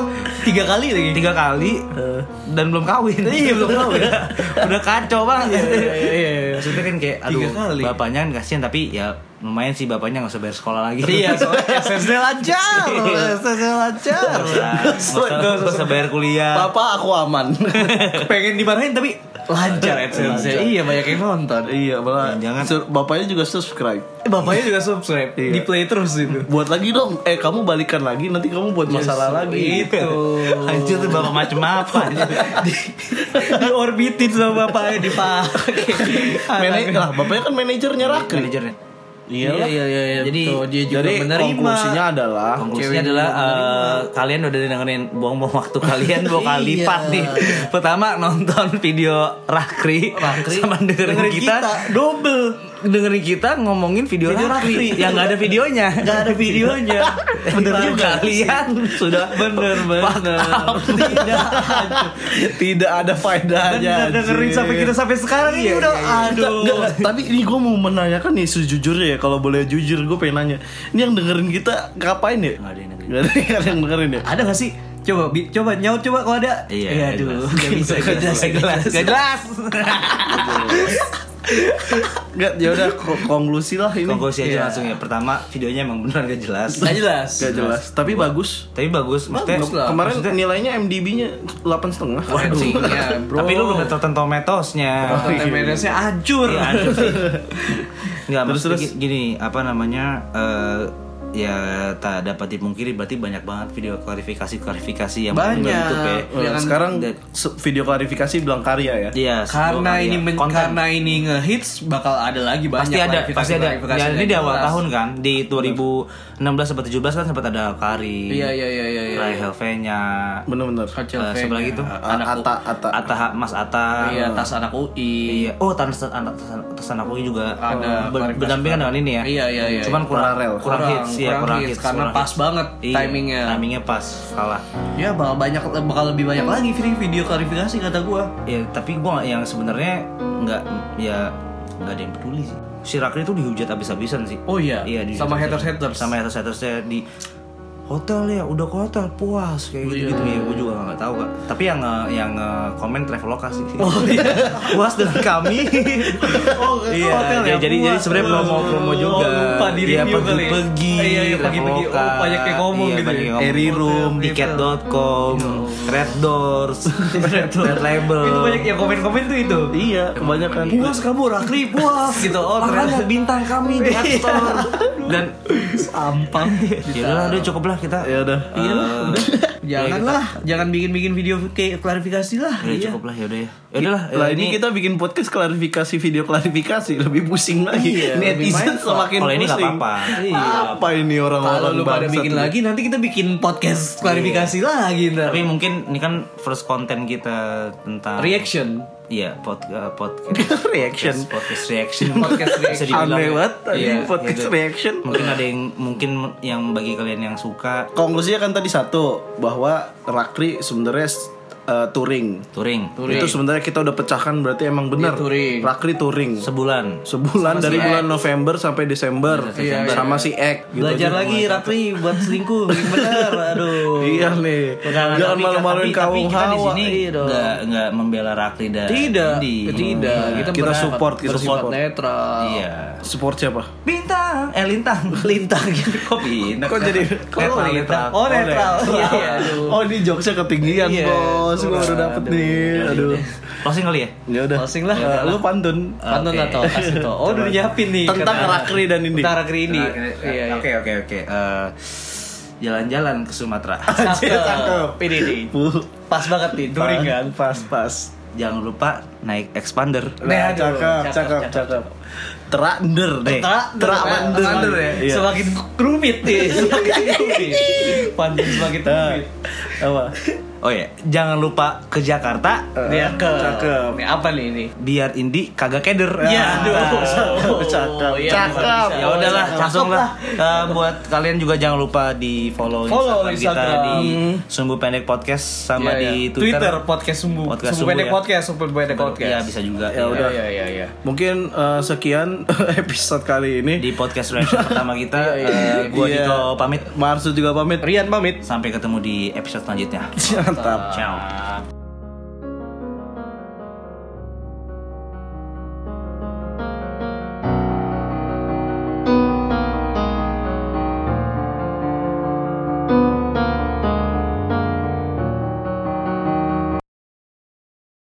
S3: tiga kali lagi.
S1: tiga kali dan belum kawin. Iya, belum kawin. udah kacau banget.
S3: iya, iya, iya.
S1: Maksudnya kan kayak aduh,
S3: Tiga kali.
S1: bapaknya kan kasihan tapi ya lumayan sih bapaknya nggak usah bayar sekolah lagi.
S3: Iya, soalnya SSD lancar.
S2: Ah,
S3: SSD lancar.
S1: Nggak usah- nggak usah bayar kuliah.
S2: Papa aku aman.
S3: Pengen dimarahin tapi lancar AdSense. Iya, banyak yang nonton.
S2: iya, malah
S1: Jangan.
S2: sur- bapaknya juga subscribe.
S3: Eh, Bapaknya juga subscribe,
S2: Iya.
S3: di play terus itu.
S2: Buat lagi dong. Eh, kamu balikan lagi nanti kamu buat masalah lagi.
S3: Itu.
S1: Gitu. Anjir tuh bapak macam apa?
S3: Diorbitin sama bapaknya dipakai.
S2: Mana lah, Nah, bapaknya kan manajernya Rakri.
S1: Manajernya.
S3: Iya, iya, iya, iya,
S1: Jadi
S3: betul. Dia juga
S1: jadi
S3: menerima.
S2: Konklusinya adalah
S1: Konklusinya adalah eh, kalian udah dengerin buang-buang waktu kalian dua kali
S8: Iya.
S1: lipat nih. Pertama nonton video Rakri, sama dengerin,
S8: Dengerin
S1: kita,
S8: kita,
S1: double dengerin kita ngomongin video, Rakri, yang nggak ada videonya.
S8: Gak ada videonya.
S1: bener juga kalian sudah bener bener
S2: tidak ada
S1: bener
S2: faedahnya.
S1: dengerin
S2: anjir.
S1: sampai kita sampai sekarang
S3: Iya,
S1: ini udah aduh
S2: Nggak, nggak. tapi ini gue mau menanyakan nih sejujurnya ya kalau boleh jujur gue pengen nanya ini yang dengerin kita ngapain ya
S1: Nggak ada yang dengerin.
S2: Nggak ada nggak ada yang dengerin ya
S1: ada gak sih
S3: Coba, bi- coba nyaut coba kalau ada.
S1: Iya,
S3: Eh,
S1: nggak
S3: aduh.
S1: jelas. Nggak bisa, nggak jelas, nggak jelas. Nggak jelas.
S2: nggak ya udah ko- konklusi lah ini
S1: Konklusi aja
S2: Iya.
S1: langsung ya. Pertama, videonya emang beneran gak jelas.
S3: Nggak jelas.
S2: nggak jelas tapi bagus
S1: Tapi bagus, maksudnya
S3: Bagus lah. iya,
S2: kemarin nilainya MDB-nya 8,5 setengah
S3: Anjingnya, bro. Iya.
S1: Tapi lu belum Rotten Tomatoes-nya.
S3: Temennya hancur.
S1: Iya, aduh sih. Nggak,
S2: Terus,
S1: maksudnya
S2: terus.
S1: gini, apa namanya? eh, ya tak dapat dipungkiri berarti banyak banget video klarifikasi-klarifikasi yang
S3: Banyak.
S1: membentuk ya.
S2: Eh, sekarang se- video klarifikasi bilang karya ya
S1: Iya,
S3: Karena
S1: sebelum-
S3: ini men-
S1: konten.
S3: karena ini ngehits bakal ada lagi banyak
S1: pasti ada
S3: klarifikasi-
S1: pasti ada
S3: klarifikasi
S1: ya, ini
S3: yang
S1: di awal
S3: jelas.
S1: tahun kan di 2016 sampai 17 kan sempat ada Kari
S3: Iya, iya, iya, iya, iya.
S1: Rai Helvenya
S2: bener-bener
S3: Hotel
S1: eh, siapa
S3: Vega.
S1: lagi tuh
S2: A- Ata Ata
S1: Atta Ha- Mas Atta
S3: Iya, tas anak UI.
S1: Iya. Oh, tanah anak atas anak UI juga eh,
S3: Ada
S1: ber-
S3: klarifikasi.
S1: berdampingan dengan ini ya.
S3: Iya, iya, iya.
S1: Cuman kurang
S2: Paralel.
S1: kurang, hits ya, kurang, hits,
S3: karena
S1: kurang
S3: pas
S1: hits.
S3: banget
S1: Iya, Iya.
S3: timingnya.
S1: Timingnya pas, salah.
S3: Ya bakal banyak bakal lebih banyak lagi Fri, video klarifikasi kata gua.
S1: Ya, tapi gua nggak- yang sebenarnya nggak ya nggak ada yang peduli sih. Si Rakri itu dihujat habis-habisan sih.
S3: Oh iya,
S1: Iya, dihujat
S3: sama
S1: habis-habisan.
S3: haters-haters.
S1: Sama haters-hatersnya di hotel ya udah ke hotel puas kayak
S3: Oh iya.
S1: gitu gitu ya gue juga nggak tahu kak tapi yang eh, yang eh, komen traveloka sih puas dengan kami
S3: iya. Oh,
S1: Iya, ya, jadi jadi sebenarnya promo promo juga.
S3: lupa di
S1: Iya,
S3: review kali.
S1: pergi-pergi,
S3: Iya, iya, pagi-pagi.
S1: Traveloka.
S3: Oh, banyak yang ngomong
S1: Iya,
S3: gitu
S1: banyak
S3: ya.
S1: yang ngomong. Iya,
S2: Eriroom.
S1: tiket.com, Red Doors, Red Label.
S3: Itu banyak yang komen-komen tuh itu.
S2: iya kebanyakan
S3: Puas kamu Rakli, puas gitu. Oh,
S1: Makanya
S3: ternyata
S1: bintang kami di App Store dan
S3: sampang. Gitu.
S1: ya udah udah cukup lah kita.
S2: ya udah
S1: Iya,
S3: Janganlah, jangan bikin-bikin video kayak klarifikasi lah. iya.
S1: Udah cukup lah ya udah ya. Ya udah lah.
S2: lah ini kita bikin podcast klarifikasi video klarifikasi lebih pusing lagi netizen semakin
S1: Kalau ini
S2: pusing Iya.
S1: nggak apa-apa.
S2: apa ini
S3: Kalau
S2: orang-orang
S3: lu pada
S2: bangsat
S3: bikin
S2: ini?
S3: lagi nanti kita bikin podcast klarifikasi lagi ntar.
S1: Tapi mungkin ini kan first content kita tentang
S3: Reaction.
S1: Iya, pod, eh, podcast
S2: reaction
S1: podcast, podcast reaction.
S3: Podcast
S1: Bisa dibilang
S2: aneh
S1: ya.
S2: banget tadi
S1: Iya, iya,
S2: podcast
S1: udah.
S2: reaction
S1: Mungkin ada yang mungkin yang bagi kalian yang suka
S2: konklusinya kan tadi satu bahwa Rakri sebenarnya eh, touring.
S1: touring
S2: itu sebenarnya kita udah pecahkan berarti emang benar
S3: Dia touring.
S2: Rakri touring
S1: sebulan.
S2: sebulan dari bulan November sampai Desember sama si Ek gitu.
S3: Belajar
S2: Jadi-
S3: lagi Rakli buat selingkuh yang bener. Aduh.
S2: iya nih jangan malu-maluin kaum hawa
S1: Ini nggak nggak membela Rakli dan
S3: Tidak,
S1: Indi.
S2: eh,
S3: tidak.
S2: Kita
S3: berat-
S2: support, kita
S3: bersifat
S2: support.
S3: netral.
S1: Iya.
S2: support siapa
S1: Bintang, eh lintang, lintang gitu. Kok bintang?
S2: Kok jadi- kok
S1: netral, netral.
S2: lintang?
S3: Oh, netral. Iya, iya. aduh.
S2: oh ini jokesnya ketinggian
S3: Iya,
S2: bos gue baru dapet nih aduh
S1: Iya, Closing kali ya?
S2: ya udah
S3: Closing lah.
S2: Eh, lu pantun
S3: Pantun atau kasih tau. Oh, udah nyiapin nih.
S2: Tentang
S3: kata-
S2: Rakri dan Indi.
S3: Tentang Rakri ini. Iya,
S1: Oke, oke, oke. Eh, Jalan-jalan ke Sumatera.
S3: iya. Cakep. Ini nih.
S2: Bu,
S3: Pas banget nih, touring kan.
S2: pas pas
S1: Jangan lupa naik expander.
S2: Nah,
S3: aduh,
S2: cakep,
S3: cakep,
S2: cakep, cakep. Terander deh.
S1: eh,
S2: Terander.
S3: Terander ya.
S2: Iya.
S3: Semakin rumit nih. Semakin rumit. Pantun semakin
S2: Nah,
S3: rumit.
S2: apa? Eh.
S1: Oh ya, jangan lupa ke Jakarta
S3: Iya, ke.
S2: Cakep.
S3: Nih, apa nih ini?
S1: biar Indi kagak keder.
S3: Iya,
S1: Ah.
S3: aduh.
S2: cakep,
S3: Iya,
S2: cakep.
S3: bisa.
S1: Ya udahlah,
S3: Cakep
S1: langsung lah. Eh, buat kalian juga jangan lupa di follow,
S3: Follow
S1: Instagram, kita
S3: Instagram. Hmm.
S1: di Sumbu Pendek Podcast sama
S3: Iya, iya.
S1: di Twitter.
S3: podcast sumbu
S1: Podcast
S3: sumbu
S1: Sumbu,
S3: pendek
S1: ya.
S3: podcast sumbu pendek podcast
S1: Ya bisa juga.
S2: Ya udah.
S3: iya iya iya
S2: Mungkin eh, sekian episode kali ini.
S1: Di podcast reaction pertama kita,
S3: Iya, iya,
S1: eh, gua
S2: Iya.
S1: Dito pamit.
S2: Marsud juga pamit.
S3: Rian pamit
S1: Sampai ketemu di episode selanjutnya.
S2: Mantap.
S1: Ciao.